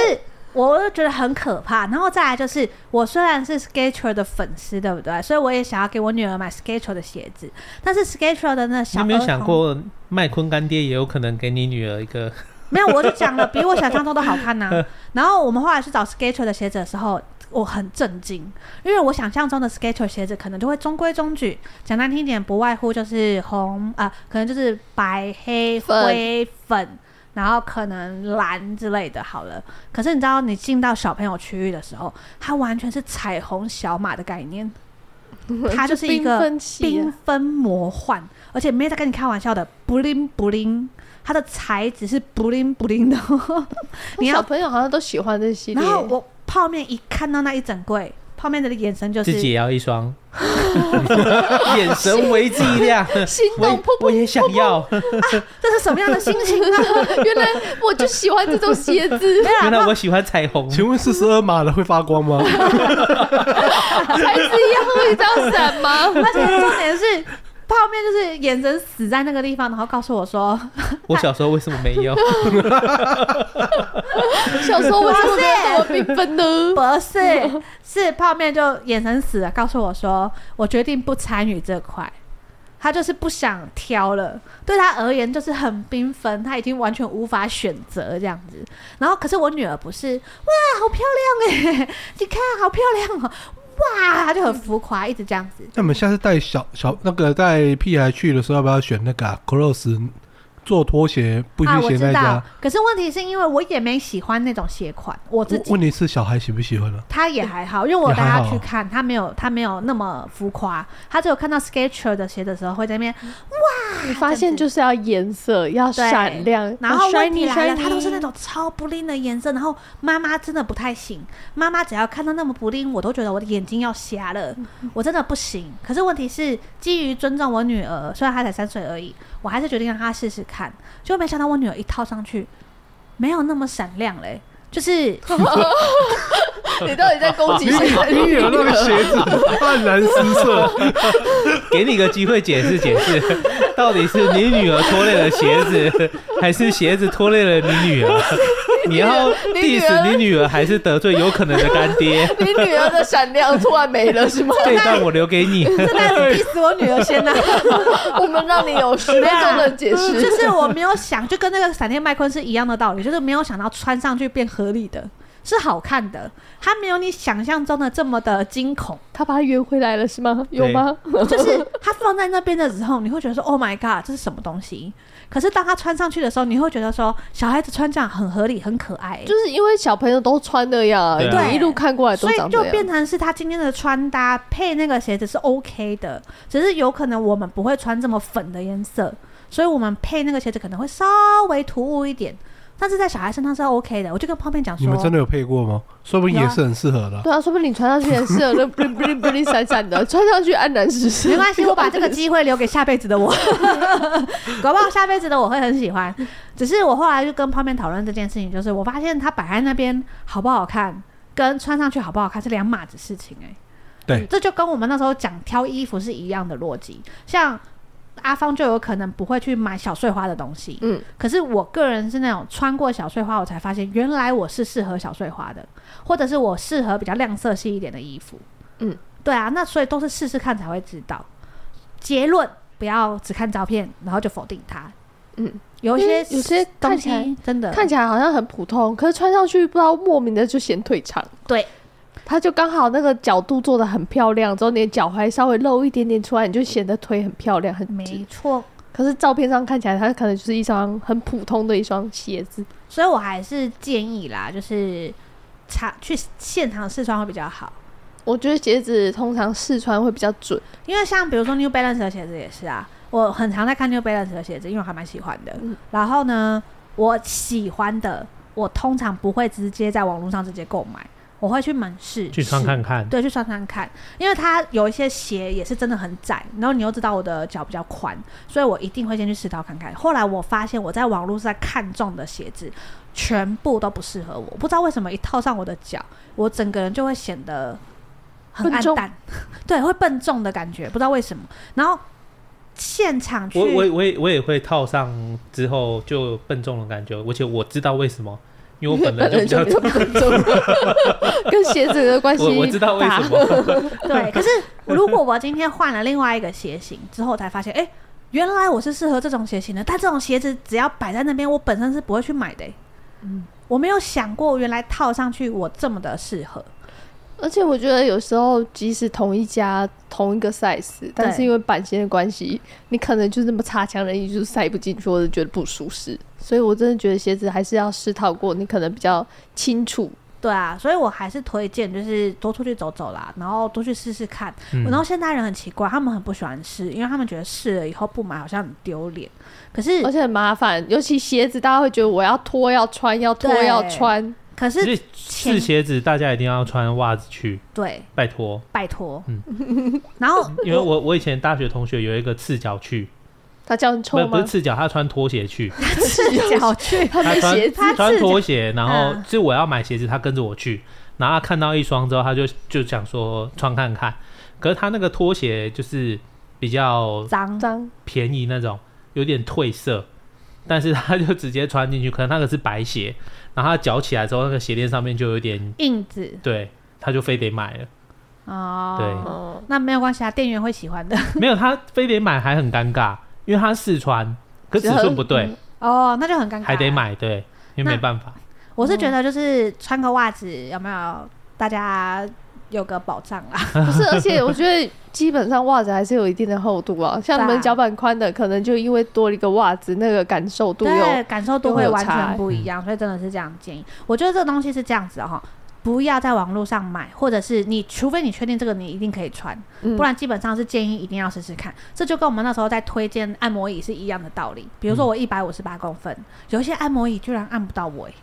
[SPEAKER 2] 我就觉得很可怕。然后再来就是，我虽然是 Skechers 的粉丝，对不对？所以我也想要给我女儿买 Skechers 的鞋子，但是 Skechers 的那
[SPEAKER 4] 你
[SPEAKER 2] 小
[SPEAKER 4] 有没有
[SPEAKER 2] 儿
[SPEAKER 4] 想
[SPEAKER 2] 童
[SPEAKER 4] 过麦昆干爹也有可能给你女儿一个？
[SPEAKER 2] 没有，我就讲了， 比我想象中都好看呐、然后我们后来去找 Skechers 的鞋子的时候，我很震惊，因为我想象中的 Skechers 鞋子可能就会中规中矩，讲难听一点，不外乎就是红啊、可能就是白黑
[SPEAKER 3] 粉
[SPEAKER 2] 灰粉。然后可能蓝之类的，好了。可是你知道，你进到小朋友区域的时候，它完全是彩虹小马的概念， 它就是一个
[SPEAKER 3] 缤纷期
[SPEAKER 2] 缤
[SPEAKER 3] 啊
[SPEAKER 2] 纷魔幻，而且没在跟你开玩笑的不灵不灵，它的材质是不灵不灵的 哦。你
[SPEAKER 3] 小
[SPEAKER 2] 要，
[SPEAKER 3] 朋友好像都喜欢这系列
[SPEAKER 2] 然。后我泡面一看到那一整柜，泡面的眼神就
[SPEAKER 4] 自己
[SPEAKER 2] 是
[SPEAKER 4] 也要一双，眼神为之一亮，
[SPEAKER 3] 心
[SPEAKER 4] 我
[SPEAKER 3] 动
[SPEAKER 4] 也
[SPEAKER 3] 噗
[SPEAKER 4] 我也想要。
[SPEAKER 2] 这是什么样的心情啊？
[SPEAKER 3] 噗， 原来我就喜欢这种鞋 子，
[SPEAKER 2] 没有
[SPEAKER 4] 原来
[SPEAKER 2] 啦，
[SPEAKER 4] 我喜欢彩虹，
[SPEAKER 1] 请问四十二码的会发光吗？
[SPEAKER 3] 才子一样会这样闪吗？
[SPEAKER 2] 而且 重点是泡面就是眼神死在那个地方，然后告诉我说
[SPEAKER 4] 我小时候为什么没有？
[SPEAKER 3] 小时候为什么没有这么缤纷呢？
[SPEAKER 2] 不是，是泡面就眼神死了，告诉我说我决定不参与这块。他就是不想挑了，对他而言就是很缤纷，他已经完全无法选择这样子。然后，可是我女儿不是，哇，好漂亮哎、 你看好漂亮哦、哇，她就很浮夸，一直这样子。
[SPEAKER 1] 那我们下次带小小那个带屁孩去的时候，要不要选那个、啊、Cross 做拖鞋不
[SPEAKER 2] 啊，
[SPEAKER 1] 拘
[SPEAKER 2] 我
[SPEAKER 1] 鞋那
[SPEAKER 2] 知
[SPEAKER 1] 家？
[SPEAKER 2] 道，可是问题是因为我也没喜欢那种鞋款，我自
[SPEAKER 1] 问
[SPEAKER 2] 己
[SPEAKER 1] 问题是小孩喜不喜欢呢、啊
[SPEAKER 2] 他也还好，因为我
[SPEAKER 1] 也
[SPEAKER 2] 带
[SPEAKER 1] 还
[SPEAKER 2] 他
[SPEAKER 1] 好
[SPEAKER 2] 去看，他没有他没有那么浮夸，他只有看到 Skechers 的鞋的时候会在那边
[SPEAKER 3] 嗯你发现就是要颜色要闪亮，
[SPEAKER 2] 然后问题
[SPEAKER 3] shiny
[SPEAKER 2] 来了，
[SPEAKER 3] shiny
[SPEAKER 2] 它都是那种超不灵的颜色，然后妈妈真的不太行，妈妈只要看到那么不灵，我都觉得我的眼睛要瞎了，
[SPEAKER 3] 嗯
[SPEAKER 2] 我真的不行。可是问题是，基于尊重我女儿，虽然她才三岁而已，我还是决定让她试试看。结果没想到我女儿一套上去，没有那么闪亮嘞。 就是
[SPEAKER 3] 你到底在攻击谁？
[SPEAKER 1] 你女儿那个鞋子黯然失色，
[SPEAKER 4] 给你个机会解释解释，到底是你女儿拖累了鞋子，还是鞋子拖累了你女儿？你要
[SPEAKER 3] 你女儿
[SPEAKER 4] diss 你女儿，还是得罪有可能的干爹？
[SPEAKER 3] 你女儿的闪亮突然没了是吗？
[SPEAKER 4] 这一段我留给你。
[SPEAKER 2] 这男的 diss 我女儿先啊呐、
[SPEAKER 3] 我们让你有十分钟的 解
[SPEAKER 2] 就
[SPEAKER 3] 释。
[SPEAKER 2] 是我没有想，就跟那个闪电麦昆是一样的道理，就是没有想到穿上去变合理的，是好看的，它没有你想象中的这么的惊 恐。
[SPEAKER 3] 他把它圆回来了是吗？有吗？
[SPEAKER 2] 就是它放在那边的时候，你会觉得说 “Oh my god”，这是什么东西？可是当它穿上去的时候，你会觉得说小孩子穿这样很合理、很可爱，
[SPEAKER 3] 就是因为小朋友都穿那样啊，
[SPEAKER 4] 对啊
[SPEAKER 3] 你一路看过来都
[SPEAKER 2] 所以
[SPEAKER 3] 长
[SPEAKER 2] 就
[SPEAKER 3] 这样
[SPEAKER 2] 变。成是他今天的穿搭配那个鞋子是 OK 的，只是有可能我们不会穿这么粉的颜色，所以我们配那个鞋子可能会稍微突兀一点，但是在小孩身上是 OK 的。我就跟泡面讲
[SPEAKER 1] 你们真
[SPEAKER 2] 说，
[SPEAKER 1] 的有配过吗？说不定也是很适合的啊。
[SPEAKER 3] 对啊，说不定你穿上去也是有那 bling bling bling 闪闪的，穿上去黯然失色。
[SPEAKER 2] 没关系，我把这个机会留给 下辈子 的我，搞不好下辈子的我会很喜欢。只是我后来就跟泡面讨论这件事情，就是我发现它摆在那边好不好看，跟穿上去好不好看是两码子事情哎、
[SPEAKER 1] 对
[SPEAKER 2] 这就跟我们那时候讲挑衣服是一样的逻辑。像阿芳就有可能不会去买小碎花的东西，
[SPEAKER 3] 嗯，
[SPEAKER 2] 可是我个人是那种穿过小碎花，我才发现原来我是适合小碎花的，或者是我适合比较亮色系一点的衣服，
[SPEAKER 3] 嗯，
[SPEAKER 2] 对啊，那所以都是试试看才会知道。结论不要只看照片，然后就否定它，
[SPEAKER 3] 嗯，
[SPEAKER 2] 有一
[SPEAKER 3] 因
[SPEAKER 2] 些
[SPEAKER 3] 为有些
[SPEAKER 2] 东
[SPEAKER 3] 看起来
[SPEAKER 2] 西真的
[SPEAKER 3] 看起来好像很普通，可是穿上去不知道莫名的就显腿长。
[SPEAKER 2] 对，
[SPEAKER 3] 它就刚好那个角度做的很漂亮，之后你的脚踝稍微露一点点出来，你就显得腿很漂亮很直
[SPEAKER 2] 没。错，
[SPEAKER 3] 可是照片上看起来，它可能就是一双很普通的一双鞋子。
[SPEAKER 2] 所以我还是建议啦，就是查去现场试穿会比较好。
[SPEAKER 3] 我觉得鞋子通常试穿会比较准，
[SPEAKER 2] 因为像比如说 New Balance 的鞋子也是啊，我很常在看 New Balance 的鞋子，因为我还蛮喜欢的。
[SPEAKER 3] 嗯
[SPEAKER 2] 然后呢，我喜欢的，我通常不会直接在网络上直接购买，我会去门市
[SPEAKER 4] 去穿
[SPEAKER 2] 试
[SPEAKER 4] 看看，
[SPEAKER 2] 对，去穿穿看，因为它有一些鞋也是真的很窄，然后你又知道我的脚比较宽，所以我一定会先去试到看看。后来我发现我在网络上看中的鞋子全部都不适合我，不知道为什么一套上我的脚，我整个人就会显得很
[SPEAKER 3] 笨
[SPEAKER 2] 暗
[SPEAKER 3] 重
[SPEAKER 2] 淡， 对，会笨重的感觉，不知道为什么。然后现场去
[SPEAKER 4] 我我我也我也会套上之后就笨重的感觉，而且我知道为什么。因为我本来就
[SPEAKER 3] 人
[SPEAKER 4] 比 较
[SPEAKER 3] 就比较 笨重， 跟鞋子的关系
[SPEAKER 4] 我我知道为
[SPEAKER 3] 大
[SPEAKER 4] 什么，
[SPEAKER 2] 对，可是如果我今天换了另外一个鞋型之后，才发现，哎、原来我是适合这种鞋型的。但这种鞋子只要摆在那边，我本身是不会去买的、嗯
[SPEAKER 3] 嗯，
[SPEAKER 2] 我没有想过原来套上去我这么的适合。
[SPEAKER 3] 而且我觉得有时候，即使同一家同一个 size，但是因为版型的关系，你可能就那么差强人意，就是塞不进去，或者觉得不舒适。所以我真的觉得鞋子还是要试套过，你可能比较清楚。
[SPEAKER 2] 对啊，所以我还是推荐，就是多出去走走啦，然后多去试试看。
[SPEAKER 4] 嗯
[SPEAKER 2] 然后现代人很奇怪，他们很不喜欢试，因为他们觉得试了以后不买好像很丢脸。可
[SPEAKER 4] 嗯
[SPEAKER 2] 是
[SPEAKER 3] 而且很麻烦，尤其鞋子，大家会觉得我要脱要穿，要脱
[SPEAKER 2] 对
[SPEAKER 3] 要穿。
[SPEAKER 2] 可
[SPEAKER 4] 所
[SPEAKER 2] 是
[SPEAKER 4] 以试鞋子大家一定要穿袜子去，
[SPEAKER 2] 对，
[SPEAKER 4] 拜托，
[SPEAKER 2] 拜托，
[SPEAKER 4] 嗯
[SPEAKER 2] 然后
[SPEAKER 4] 因为我我以前大学同学有一个赤脚去，
[SPEAKER 3] 他叫你
[SPEAKER 4] 不
[SPEAKER 3] 臭
[SPEAKER 4] 不
[SPEAKER 3] 吗
[SPEAKER 4] 是？赤脚，他穿拖鞋去，
[SPEAKER 2] 赤 脚去，
[SPEAKER 3] 他没
[SPEAKER 4] 穿
[SPEAKER 3] 鞋子，
[SPEAKER 2] 他
[SPEAKER 4] 穿
[SPEAKER 2] 赤脚
[SPEAKER 4] 拖鞋，然后
[SPEAKER 2] 嗯
[SPEAKER 4] 就我要买鞋子，他跟着我去，然后他看到一双之后，他就就想说穿看看，可是他那个拖鞋就是比较
[SPEAKER 2] 脏
[SPEAKER 3] 脏
[SPEAKER 4] 便宜那种，有点褪色，但是他 就直接穿进去，可能那个是白鞋，然后他脚起来之后，那个鞋垫上面就有点
[SPEAKER 2] 印子
[SPEAKER 4] 对，他就非得买了，
[SPEAKER 2] 哦，
[SPEAKER 4] 对
[SPEAKER 3] 哦，
[SPEAKER 2] 那没有关系啊，店员会喜欢 的
[SPEAKER 4] 没有他非得买还很尴尬，因为他试穿，可尺寸不对，
[SPEAKER 2] 哦，那就很尴尬，
[SPEAKER 4] 还得。买，对，因为没办法，
[SPEAKER 2] 我是觉得就是穿个袜子有没有，大家有个保障啊啦。
[SPEAKER 3] 不是，而且我觉得基本上袜子还是有一定的厚度 啊，像你
[SPEAKER 2] 对啊
[SPEAKER 3] 们脚板宽的，可能就因为多了一个袜子，那个感受度
[SPEAKER 2] 对，
[SPEAKER 3] 有
[SPEAKER 2] 感受度会完全不一样，所以真的是这样建议。我觉得这个东西是这样子的哈，不要在网络上买，或者是你除非你确定这个你一定可以穿，
[SPEAKER 3] 嗯
[SPEAKER 2] 不然基本上是建议一定要试试看。这就跟我们那时候在推荐按摩椅是一样的道理。比如
[SPEAKER 4] 嗯
[SPEAKER 2] 说我一百五十八公分，有一些按摩椅居然按不到我、欸，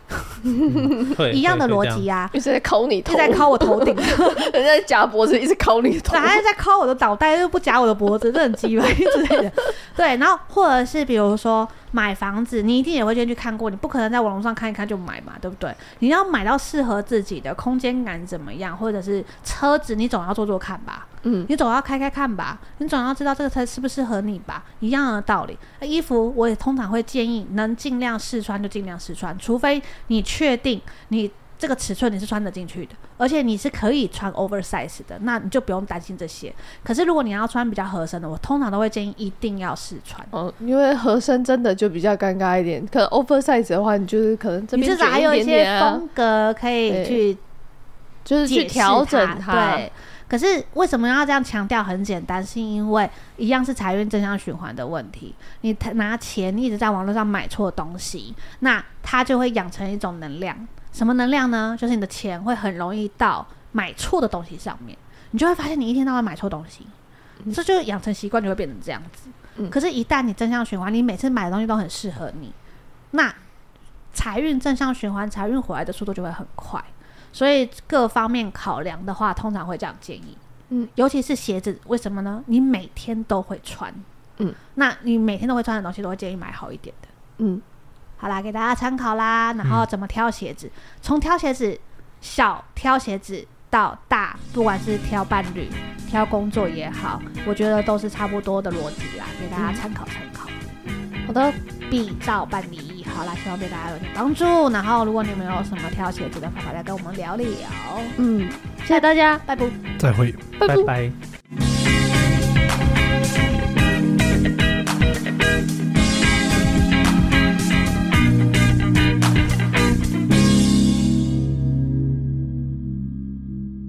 [SPEAKER 4] 对，
[SPEAKER 2] 一样的
[SPEAKER 4] 对
[SPEAKER 2] 逻辑，啊，
[SPEAKER 3] 一直在抠你
[SPEAKER 2] 就
[SPEAKER 3] 头，
[SPEAKER 2] 在敲我头顶。
[SPEAKER 3] 人家夹脖子一直抠你的头，
[SPEAKER 2] 哪还在抠我的脑袋，又不夹我的脖子，这很鸡掰之类的。对，然后或者是比如说买房子，你一定也会先去看过，你不可能在网络上看一看就买嘛，对不对？你要买到适合自己的，空间感怎么样，或者是车子，你总要做做看吧，
[SPEAKER 3] 嗯，
[SPEAKER 2] 你总要开开看吧，你总要知道这个车适不适合你吧，一样的道理。呃衣服我也通常会建议能尽量试穿就尽量试穿，除非你确定你这个尺寸你是穿得进去的，而且你是可以穿 oversize 的，那你就不用担心这些。可是如果你要穿比较合身的，我通常都会建议一定要试穿。
[SPEAKER 3] 哦，因为合身真的就比较尴尬一点，可能 oversize 的话，你就是可能这
[SPEAKER 2] 你
[SPEAKER 3] 边
[SPEAKER 2] 至少还
[SPEAKER 3] 卷
[SPEAKER 2] 有一
[SPEAKER 3] 一点
[SPEAKER 2] 些
[SPEAKER 3] 点啊，
[SPEAKER 2] 风格可以
[SPEAKER 3] 对
[SPEAKER 2] 去
[SPEAKER 3] 就是去
[SPEAKER 2] 解释
[SPEAKER 3] 调整
[SPEAKER 2] 它。对，可是为什么要这样强调？很简单，是因为一样是财运正向循环的问题。你拿钱，你一直在网络上买错东西，那它就会养成一种能量。什么能量呢？就是你的钱会很容易到买错的东西上面，你就会发现你一天到晚买错东西，这就养成习惯，就会变成这样子。
[SPEAKER 3] 嗯
[SPEAKER 2] 可是，一旦你正向循环，你每次买的东西都很适合你，那财运正向循环，财运回来的速度就会很快。所以各方面考量的话，通常会这样建议。
[SPEAKER 3] 嗯，
[SPEAKER 2] 尤其是鞋子，为什么呢？你每天都会穿，
[SPEAKER 3] 嗯，
[SPEAKER 2] 那你每天都会穿的东西，都会建议买好一点的。
[SPEAKER 3] 嗯，
[SPEAKER 2] 好啦，给大家参考啦。然后怎么挑鞋子？从、挑鞋子小挑鞋子到大，不管是挑伴侣、挑工作也好，我觉得都是差不多的逻辑啦，给大家参考参考。
[SPEAKER 3] 好的，
[SPEAKER 2] 必照办理。好啦，希望对大家有点帮助。然后，如果你们有什么挑鞋子的方法，再跟我们聊聊。
[SPEAKER 3] 嗯，谢谢大家，
[SPEAKER 2] 拜拜。
[SPEAKER 1] 再会。
[SPEAKER 3] 拜
[SPEAKER 4] 拜
[SPEAKER 3] 拜。
[SPEAKER 4] 拜。